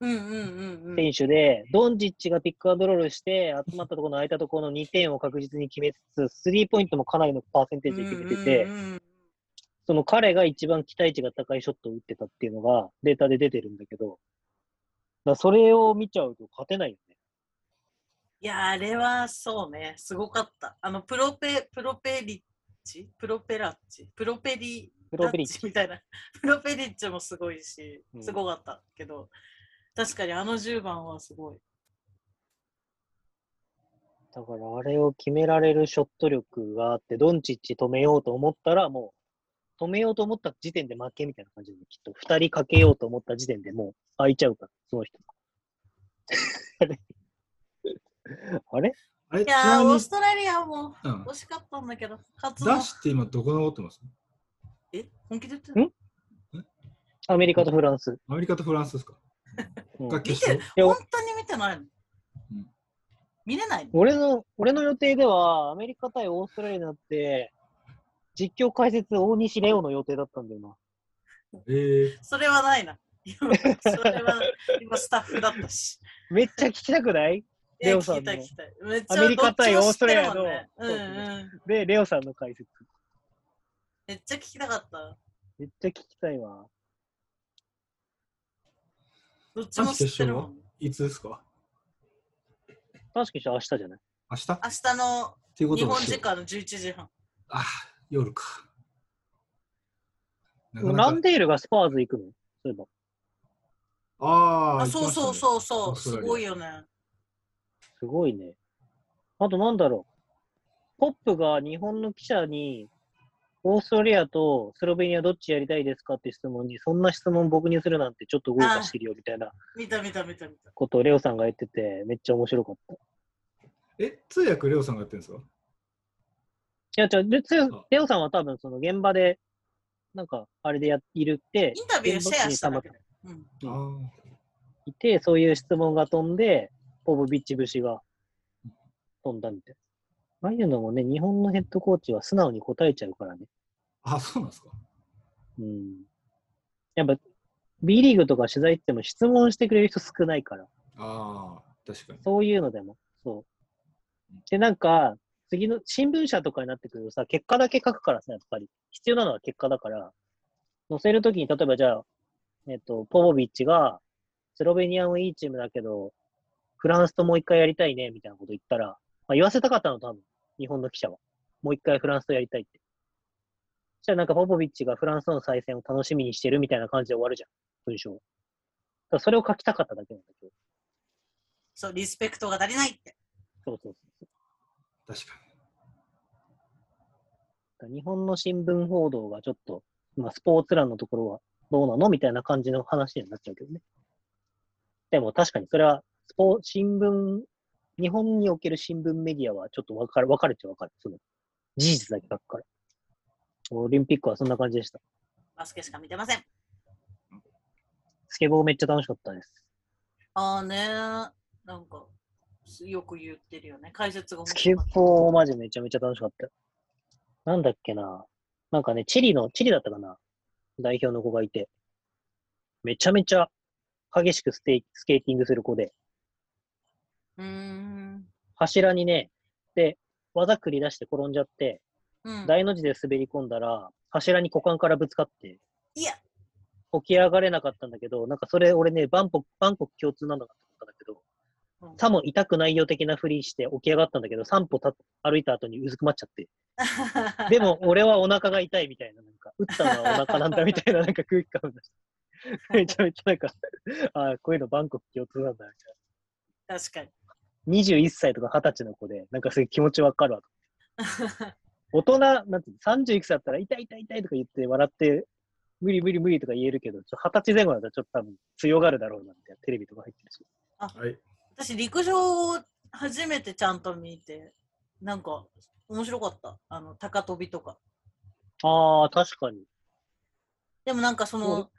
S3: うんうんうんうん。
S2: 選手で、ドンジッチがピックアンドロールして、集まったところの空いたところの2点を確実に決めつつ、スリーポイントもかなりのパーセンテージで決めてて
S3: うん、うんうん
S2: その彼が一番期待値が高いショットを打ってたっていうのがデータで出てるんだけど、だからそれを見ちゃうと勝てないよね。
S3: いや、あれはそうね、すごかった。あの、プロペ、プロペリッチプロペラッチプロペリ
S2: プロ
S3: ラ
S2: ペリ
S3: ッ
S2: ッチ
S3: チみたいな。 プロペリッチもすごいし
S2: う、ん
S3: すごかったけど、確かにあの10番はすごい。
S2: だからあれを決められるショット力があって、ドンチッチ止めようと思ったら、もう、止めようと思った時点で負けみたいな感じで、きっと2人かけようと思った時点でもう空いちゃうから、その人。 あれあれ
S1: あれ
S3: いやー、オース
S1: ち
S3: トラリアも
S1: なみに、うん
S3: 惜しかったんだけど、勝つの
S1: ダッシュって今どこ残ってます
S3: え本気で言って
S2: んアメリカとフランス。
S1: アメリカとフランスですか、
S2: うん
S1: が
S3: 見
S1: 決
S3: て
S1: 勝、
S2: いや
S3: 本当に見てないの、
S1: ん
S3: 見れないの
S2: 俺の、俺の予定では、アメリカ対オーストラリアになって、実況解説大西レオの予定だったんだよな。
S1: えー、
S3: それはないな。 今それは今スタッフだったし。
S2: めっちゃ聞きたくない
S3: いや
S2: レオさん
S3: 聞きたい
S2: の
S3: 聞きたい。めっち
S2: アメリ
S3: ど
S2: カ
S3: っち
S2: 対オ
S3: も
S2: ー
S3: 知
S2: ス
S3: っ
S2: ト
S3: て
S2: ラリ
S3: る
S2: ア
S3: もん
S2: の
S3: ね。うん
S2: そううです
S3: ん。
S2: で、レオさんの解説。
S3: めっちゃ聞きたかった。
S2: めっちゃ聞きたいわ。
S3: どっちも知ってるもん。
S1: いつですか
S2: 確かに明日じゃない
S1: 明日っ
S3: 明日の
S1: ていうこ
S3: 日
S1: とは
S3: 本時間の11時半。
S1: あー夜か。なかなか
S2: ランデールがスパーズ行くのそういえば。
S1: あー
S3: あ、そうそう
S1: う。
S3: そうそ
S1: オー
S3: う。
S1: スト
S3: す
S1: ラリア
S3: ごいよね。
S2: すごいね。あとなんだろう。ポップが日本の記者に、オーストラリアとスロベニアどっちやりたいですかって質問に、そんな質問僕にするなんてちょっと豪華してるよみたいな
S3: 見た見た見た見た。
S2: ことをレオさんが言ってて、めっちゃ面白かった。
S1: え、通訳レオさんがやってるんですか
S2: いや、じゃあでつ
S1: そう
S2: レオさんは多分その現場で、なんか、あれでやいるって
S3: イン、タビューシェアしただけで。うん、
S1: あ
S2: うん
S1: ー
S2: いて、そういう質問が飛んで、ポブビッチ節が飛んだみたいな。ああいうのもね、日本のヘッドコーチは素直に答えちゃうからね。
S1: あ、そうなんですか
S2: うん。やっぱ、B リーグとか取材行っても質問してくれる人少ないから、
S1: ああ、確かに。
S2: そういうのでも、そう。で、なんか、次の新聞社とかになってくるとさ、結果だけ書くからさ、やっぱり。必要なのは結果だから、載せるときに、例えばじゃあ、えっと、ポポビッチが、スロベニアもいいチームだけど、フランスともう一回やりたいね、みたいなこと言ったら、まあ、言わせたかったの、多分。日本の記者は。もう一回フランスとやりたいって。そしたらなんかポポビッチがフランスとの再戦を楽しみにしてるみたいな感じで終わるじゃん、文章。だからそれを書きたかっただけなんだけど。
S3: そう、リスペクトが足りないって。
S2: そうそうそう。
S1: 確か
S2: 日本の新聞報道がちょっと、まあ、スポーツ欄のところはどうなのみたいな感じの話になっちゃうけどね。でも確かにそれは、スポ新聞、日本における新聞メディアはちょっと分かる、分かれちゃ分かる。その事実だけ書くから。オリンピックはそんな感じでした。
S3: バスケしか見てません。
S2: スケボーめっちゃ楽しかったです。
S3: ああねなんか、すよく言ってるよね。解説が面
S2: スケ
S3: 白かった
S2: ボーマジめちゃめちゃ楽しかったよ。なんだっけな。なんかね、チリの、チリだったかな。代表の子がいて。めちゃめちゃ激しくステイスケーティングする子で。
S3: うーん。
S2: 柱にね、で、技繰り出して転んじゃって、
S3: うん。
S2: 大の字で滑り込んだら、柱に股間からぶつかって、
S3: いや、
S2: 起き上がれなかったんだけど、なんかそれ俺ね、バンコク、バンコク共通なのかと思ったんだけど、
S3: うん
S2: さも痛くないよ的なふりして起き上がったんだけど、3歩た歩いた後にうずくまっちゃって。 でも、俺はお腹が痛いみたいな、なんか、打ったのはお腹なんだみたいな、なんか空気感を出して。めちゃめちゃなんか、ああ、こういうのバンコク共通なんだ、みた
S3: 確かに。
S2: いな。21歳とか20歳の子で、なんかすごい気持ちわかるわ。大人、なんていうの、30いくつだったら、痛い痛い痛いとか言って笑って、無理無理無理とか言えるけど、ちょ20歳前後だったらちょっと多分強がるだろうな、みたいな。テレビとか入ってるし。
S1: はい。
S3: 私、陸上を初めてちゃんと見て、なんか、面白かった。あの、高跳びとか。
S2: ああ、確かに。
S3: でもなんかその、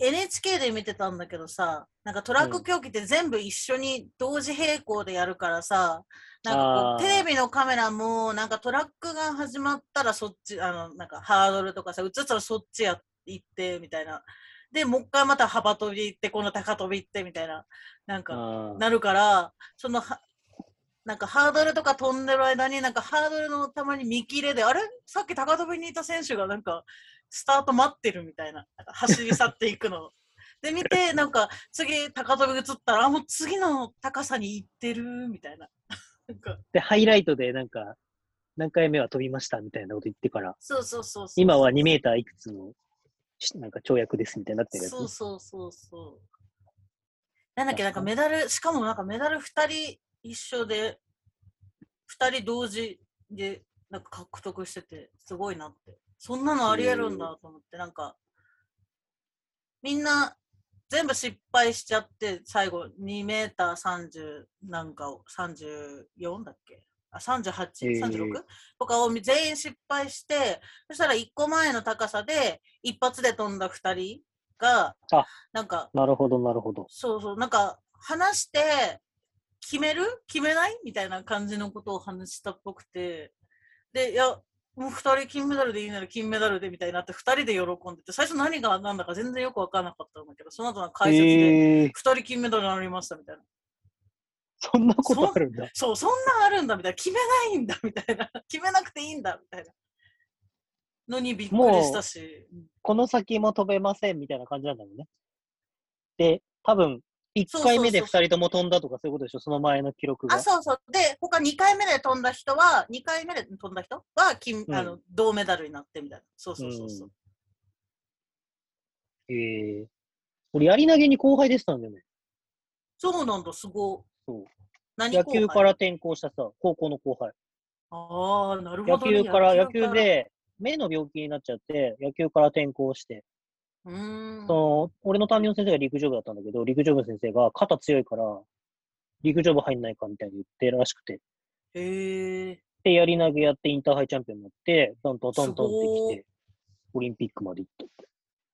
S3: NHK で見てたんだけどさ、なんかトラック競技って全部一緒に同時並行でやるからさ、なんかこ
S2: あー
S3: うテレビのカメラもなんかトラックが始まったらそっち、あの、なんかハードルとかさ、映ったらそっちや行ってみたいな。で、もう一回また幅跳び行って、この高跳び行ってみたいな。なんか、
S2: あー
S3: なるから、そのは、なんかハードルとか飛んでる間に、なんかハードルのたまに見切れで、あれさっき高跳びにいた選手がなんか、スタート待ってるみたいな、なんか走り去っていくのを。 で、見て、なんか、次、高跳び映ったら、あ、もう次の高さに行ってる、みたいな。なんか、
S2: で、ハイライトでなんか、何回目は飛びましたみたいなこと言ってから、
S3: そうそうそうそう。
S2: 今は2メーターいくつの、しなんか跳躍ですみたいになってるやつ。
S3: そうそうそうそう。なんだっけ、なんかメダル、しかもなんかメダル2人一緒で、2人同時で、なんか獲得してて、すごいなって。そんなのありえるんだと思って、なんか、みんな全部失敗しちゃって、最後2メーター30なんかを、34だっけあ、38?36?、
S2: えー
S3: とかを全員失敗して、そしたら1個前の高さで一発で飛んだ2人が
S2: あ、
S3: なんか、
S2: なるほど、なるほど。
S3: そうそう、なんか話して、決める決めないみたいな感じのことを話したっぽくて、で、いや、もう2人金メダルでいいなら金メダルでみたいになって2人で喜んでて、最初何が何だか全然よく分からなかったんだけど、その後の解説で
S2: えー、
S3: 2人金メダルになりましたみたいな。
S2: そんなことあるんだ。
S3: そう、そんなんあるんだみたいな、決めないんだみたいな、 決めなくていいんだみたいなのにびっくりしたし、うん
S2: この先も飛べませんみたいな感じなんだろうね。で、多分、1回目で2
S3: そうそうそう
S2: 人とも飛んだとかそういうことでしょ、その前の記録が。
S3: あ、そうそう。で、他2回目で飛んだ人は、2回目で飛んだ人は金、
S2: うん
S3: あの銅メダルになってみたいな。そうそうそうそう。
S2: えー、俺、やり投げに後輩でしたんだよね。
S3: そうなんだ、すご
S2: そう
S3: 何
S2: 野
S3: 後輩
S2: 球から転校したさ、高校の後輩。
S3: ああ、なるほ
S2: 野
S3: ど、ね。
S2: 球から、野球。で、目の病気になっちゃって、野球から転校して、
S3: うーん。
S2: その、俺の担任の先生が陸上部だったんだけど、陸上部の先生が肩強いから、陸上部入んないかみたいに言ってるらしくて。
S3: へえ。
S2: で、やり投げやってインターハイチャンピオンになって、トントントントンってき
S3: す
S2: て、オリンピックまで行ったって。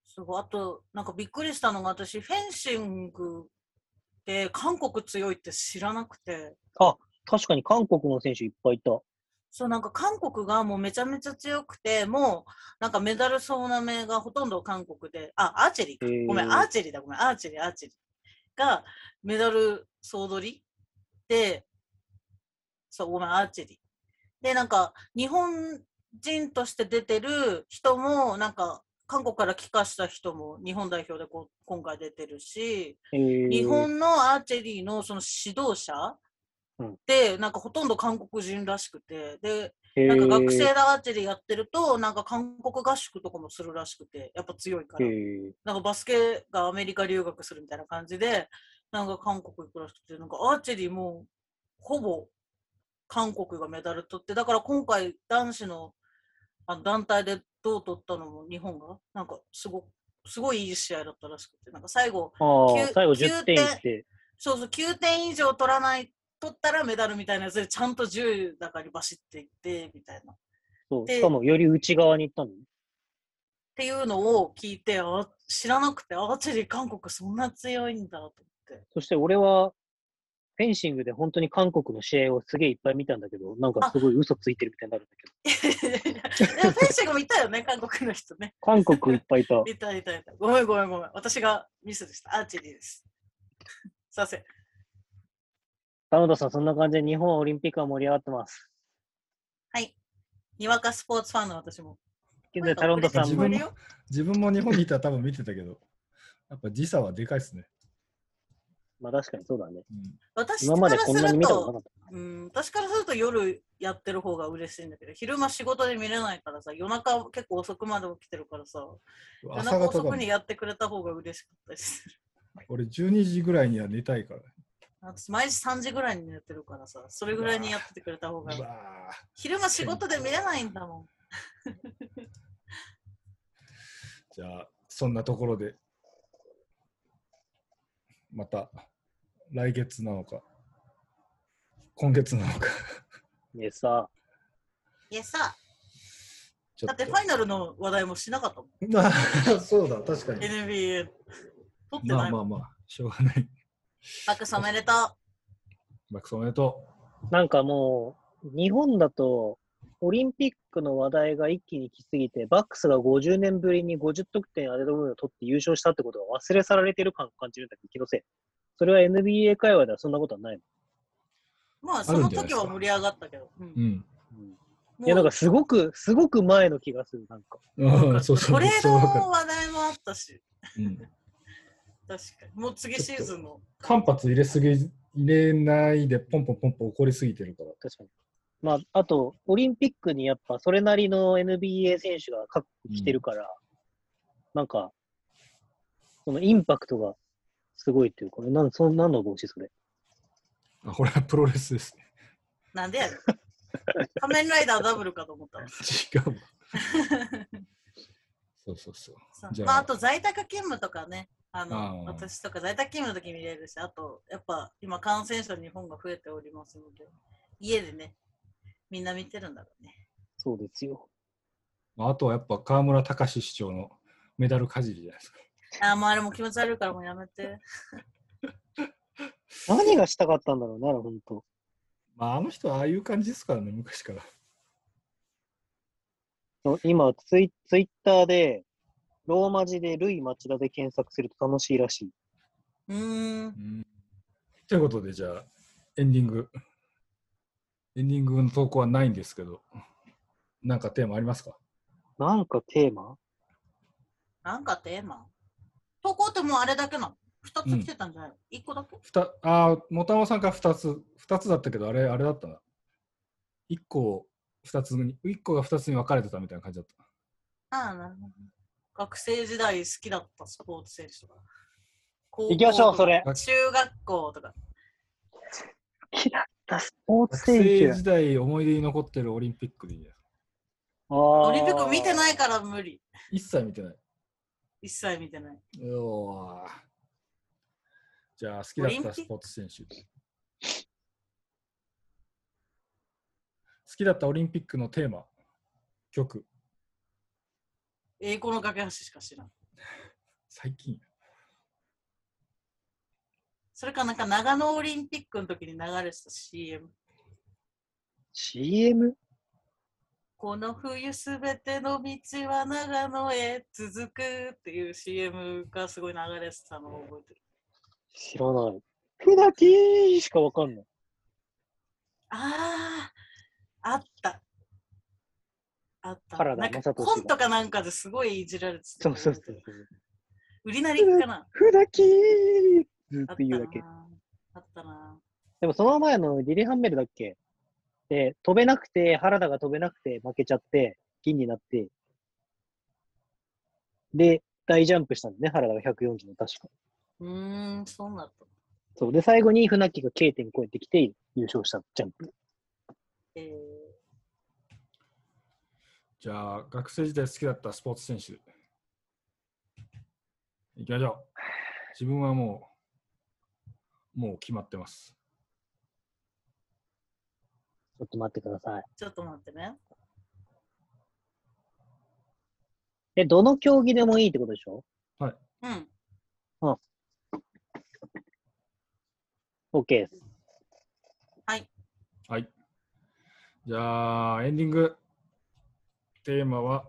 S3: すごい。あと、なんかびっくりしたのが、私、フェンシングで韓国強いって知らなくて。
S2: 確かに韓国の選手いっぱいいた。
S3: そう、なんか韓国がもうめちゃめちゃ強くて、もう、なんかメダル総なめがほとんど韓国で、あ、アーチェリーか
S2: へー
S3: ごめん、アーチェリーだ、ごめん、アーチェリー、アーチェリーがメダル総取りで、そう、ごめん、アーチェリー。で、なんか、日本人として出てる人も、なんか、韓国から帰化した人も日本代表でこ今回出てるし、
S2: えー、
S3: 日本のアーチェリーのその指導者
S2: うん
S3: で、なんかほとんど韓国人らしくて、で、
S2: えー、
S3: なんか学生だアーチェリーやってると、なんか韓国合宿とかもするらしくて、やっぱ強いから。
S2: えー
S3: なんかバスケがアメリカ留学するみたいな感じで、なんか韓国行くらしくて、なんかアーチェリーもほぼ韓国がメダル取って、だから今回男子のあの団体でどう取ったのも日本が、なんかすごすごいいい試合だったらしくて、なんか最後、
S2: ああ、
S3: 九
S2: 最後10点い
S3: 九
S2: って。
S3: そうそう、9点以上取らない、取ったらメダルみたいなやつで、ちゃんと10だからにバシっていって、みたいな。
S2: そう。
S3: で
S2: しかも、より内側に行ったのね。
S3: っていうのを聞いて、あ知らなくて、アーチェリー韓国そんな強いんだと思 って。
S2: そして俺は、フェンシングで本当に韓国の試合をすげえいっぱい見たんだけど、なんかすごい嘘ついてるみたいになるん だけど、
S3: でもフェンシングもいたよね、韓国の人ね。
S2: 韓国いっぱいいた。
S3: いたいたいた。ごめんごめんごめん。私がミスでした。アーチェリーです。すいません。
S2: 田田さん、そんな感じで日本はオリンピックは盛り上がってます。
S3: はい。にわかスポーツファンの私も。
S2: 現在、タロンドさん
S1: 自
S2: も
S1: 分
S3: 自分
S1: 自分も日本にいたら多分見てたけど、やっぱ時差はでかいですね。
S2: まあ確かにそうだね。
S1: うん
S3: 私
S2: 今ま
S3: か
S2: で
S3: ら
S2: こ
S3: す
S2: んなに
S3: る
S2: 見たことな
S3: と、
S2: かっ
S3: うん、私からすると夜やってる方が嬉しいんだけど、昼間仕事で見れないからさ、夜中結構遅くまで起きてるからさ、夜
S1: 朝
S3: 中
S1: 方
S3: 遅
S1: が
S3: くにやってくれた方が嬉しかったでする。
S1: 俺12時ぐらいには寝たいから。
S3: 私毎日3時ぐらいに寝てるからさ、それぐらいにやっててくれた方が
S1: う。わ
S3: 昼間仕事で見れないんだもん。
S1: ーじゃあ、そんなところで、また来月なのか、今月なのか、
S2: た。でさ、
S3: いやさ、
S1: ちょ
S3: だ
S1: っ
S3: ってフ
S1: と。
S3: ァイナルの話題もしなかったもん。
S1: そうだ、確かに。
S3: NBA。取って
S1: ま
S3: な
S1: あ
S3: い
S1: ま
S3: もん。
S1: あまあ、しょうがない。
S3: バックスおめでとう。
S1: マックスおめでと
S2: なんかもう、日本だと、オリンピックの話題が一気に来すぎて、バックスが50年ぶりに50得点アデドムを取って優勝したってことが忘れ去られてる感を感じるんだけど、気のせい。それは NBA 界隈ではそんなことはないの。
S3: まあ、そ
S1: ある
S3: の
S1: んじゃないで
S3: 時
S1: すか
S3: は盛り上がったけど。うん
S1: う。うん。
S2: いや、なんか
S3: も
S2: すごく、すごく前の気がする、なんか。
S1: う
S3: うん
S1: そうそう。
S3: トレー
S1: そう
S3: ド
S1: わか
S3: の話題もあったし、
S1: るうん
S3: 確かに。もう次シーズンの。
S1: 間髪入れすぎ、入れないでポンポンポンポン怒りすぎてるから。
S2: 確かに。まあ、あと、オリンピックにやっぱそれなりの NBA 選手が各国来てるから、なんか、そのインパクトがすごいっていうか、なんそんなんの帽子それ。
S1: あ、これはプロレスですね。
S3: なんで やねん。仮面ライダーダブルかと思ったわ
S1: 違 うわ。そうそうそう。
S3: さ
S1: じゃあ
S3: まあ、あと在宅勤務とかね。あの
S1: あー
S3: 私とか在宅勤務の時見れるし、あと、やっぱ今感染者日本が増えておりますので、家でね、みんな見てるんだろうね。
S2: そうですよ。
S1: まあ、あとはやっぱ河村隆史市長のメダルかじりじゃないですか。
S3: あーもうあれも気持ち悪いからもうやめて。
S2: 何がしたかったんだろうな、本当。
S1: まあ、あの人はああいう感じですからね、昔から。
S2: そう今ツイ、ツイッターで、ローマ字でルイ・町田で検索すると楽しいらしい。
S3: うーん。
S1: ということで、じゃあ、エンディング。エンディングの投稿はないんですけど、なんかテーマありますか
S2: なんかテーマ
S3: なんかテーマ投稿ってもうあれだけなの ?2 つ来てたんじゃないの、一 ?1 個だけ
S1: ふたあー、もたもさんから2つ、2つだったけど、あれ、あれだったな。1個、2つに、1個が2つに分かれてたみたいな感じだった。
S3: ああ、なるほど。学生時代好きだったスポーツ選手とか。高校
S2: 行きましょう、それ
S3: と。か。中学校とか。
S2: 好きだったスポーツ
S1: 学
S2: 選手
S1: 生。時代思い出に残ってるオリンピックでいいです
S2: オ
S3: オリンピック見てないから無理。
S1: 一切見てない。
S3: 一切見てない。
S1: うおーじゃあ、好きだったスポーツ選手。好きだったオリンピックのテーマ、曲、
S3: 英語の架け橋しか知らん。
S1: 最近。
S3: それかなんか長野オリンピックの時に流れてた CM。
S2: CM?
S3: この冬すべての道は長野へ続くっていう CM がすごい流れてたのを覚えてる。
S2: 知らない。ふだきーしかわかんない。
S3: ああ、あった。あった。
S2: 原田
S3: なん
S2: 雅
S3: か
S2: 俊が
S3: コントかなんかですごいいじられてた
S2: そ
S3: の
S2: う
S3: を
S2: そ
S3: 覚えてる。
S2: うそう。
S3: 売りなりかな
S2: ふだきーず
S3: あ
S2: っと
S3: った
S2: 言
S3: な
S2: うだけ。
S3: あったな
S2: でもその前のリレハンメルだっけで、飛べなくて、原田が飛べなくて負けちゃって、銀になって、で、大ジャンプしたんだね、原田が140の確か。
S3: うーん、そうなった。
S2: そう。で、最後に船木が K 点超えてきて優勝したジャンプ。
S3: えー、
S1: じゃあ、学生時代好きだったスポーツ選手。いきましょう。自分はもう、もう決まってます。
S2: ちょっと待ってください。
S3: ちょっと待ってね。
S2: え、どの競技でもいいってことでしょ
S3: うん。
S2: ?OK です。
S1: はい。じゃあ、エンディング。テーマは、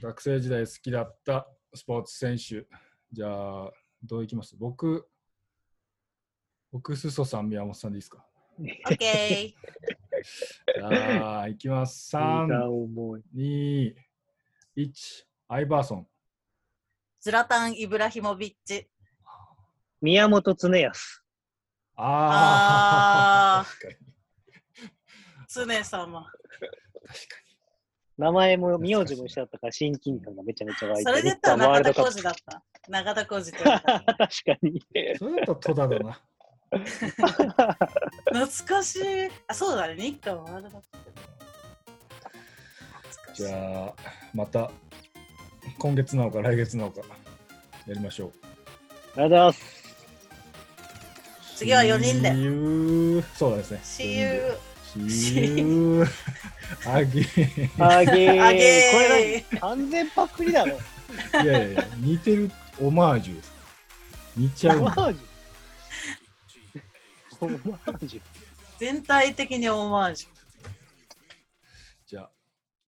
S1: 学生時代好きだったスポーツ選手。じゃあ、どういきます僕、僕、すそさん、宮本さんでいいですか
S3: オッケー。
S1: じゃ あ、いきます。3、
S2: 重い。
S1: 2、1、アイバーソン。
S3: ズラタン・イブラヒモビッチ。
S2: 宮本恒康。
S1: ああ
S3: あー
S1: 確かに。
S3: 常様。
S1: 確か
S2: 名前も名字も一緒だったから親近感がめちゃめちゃ湧いて。
S3: それで言ったら
S2: ワー
S3: 中
S2: ルドカ
S3: 田浩
S2: ッ
S3: 二だった。中田浩二と
S2: プ。
S3: 言っ
S2: 確か
S3: た
S2: に。
S1: に。それだったら戸田だな。
S3: 懐かしい。あ、そうだね。日韓ワールドカップ。懐かしい
S1: じゃあ、また、今月なのか来月なのか、やりましょう。
S2: ありがとうございます。
S3: 次は4人で
S1: See you そうですね。
S3: See you.
S1: 四人で。See you あげ。い
S2: あげー。
S3: あげー
S2: これ何完全パクリだ ろ。
S1: やいやいや、似てるオマージュです。似ちゃう
S2: オ
S1: の
S2: マ。ージュ。オマージュ。
S3: 全体的にオマージュ。
S1: じゃあ。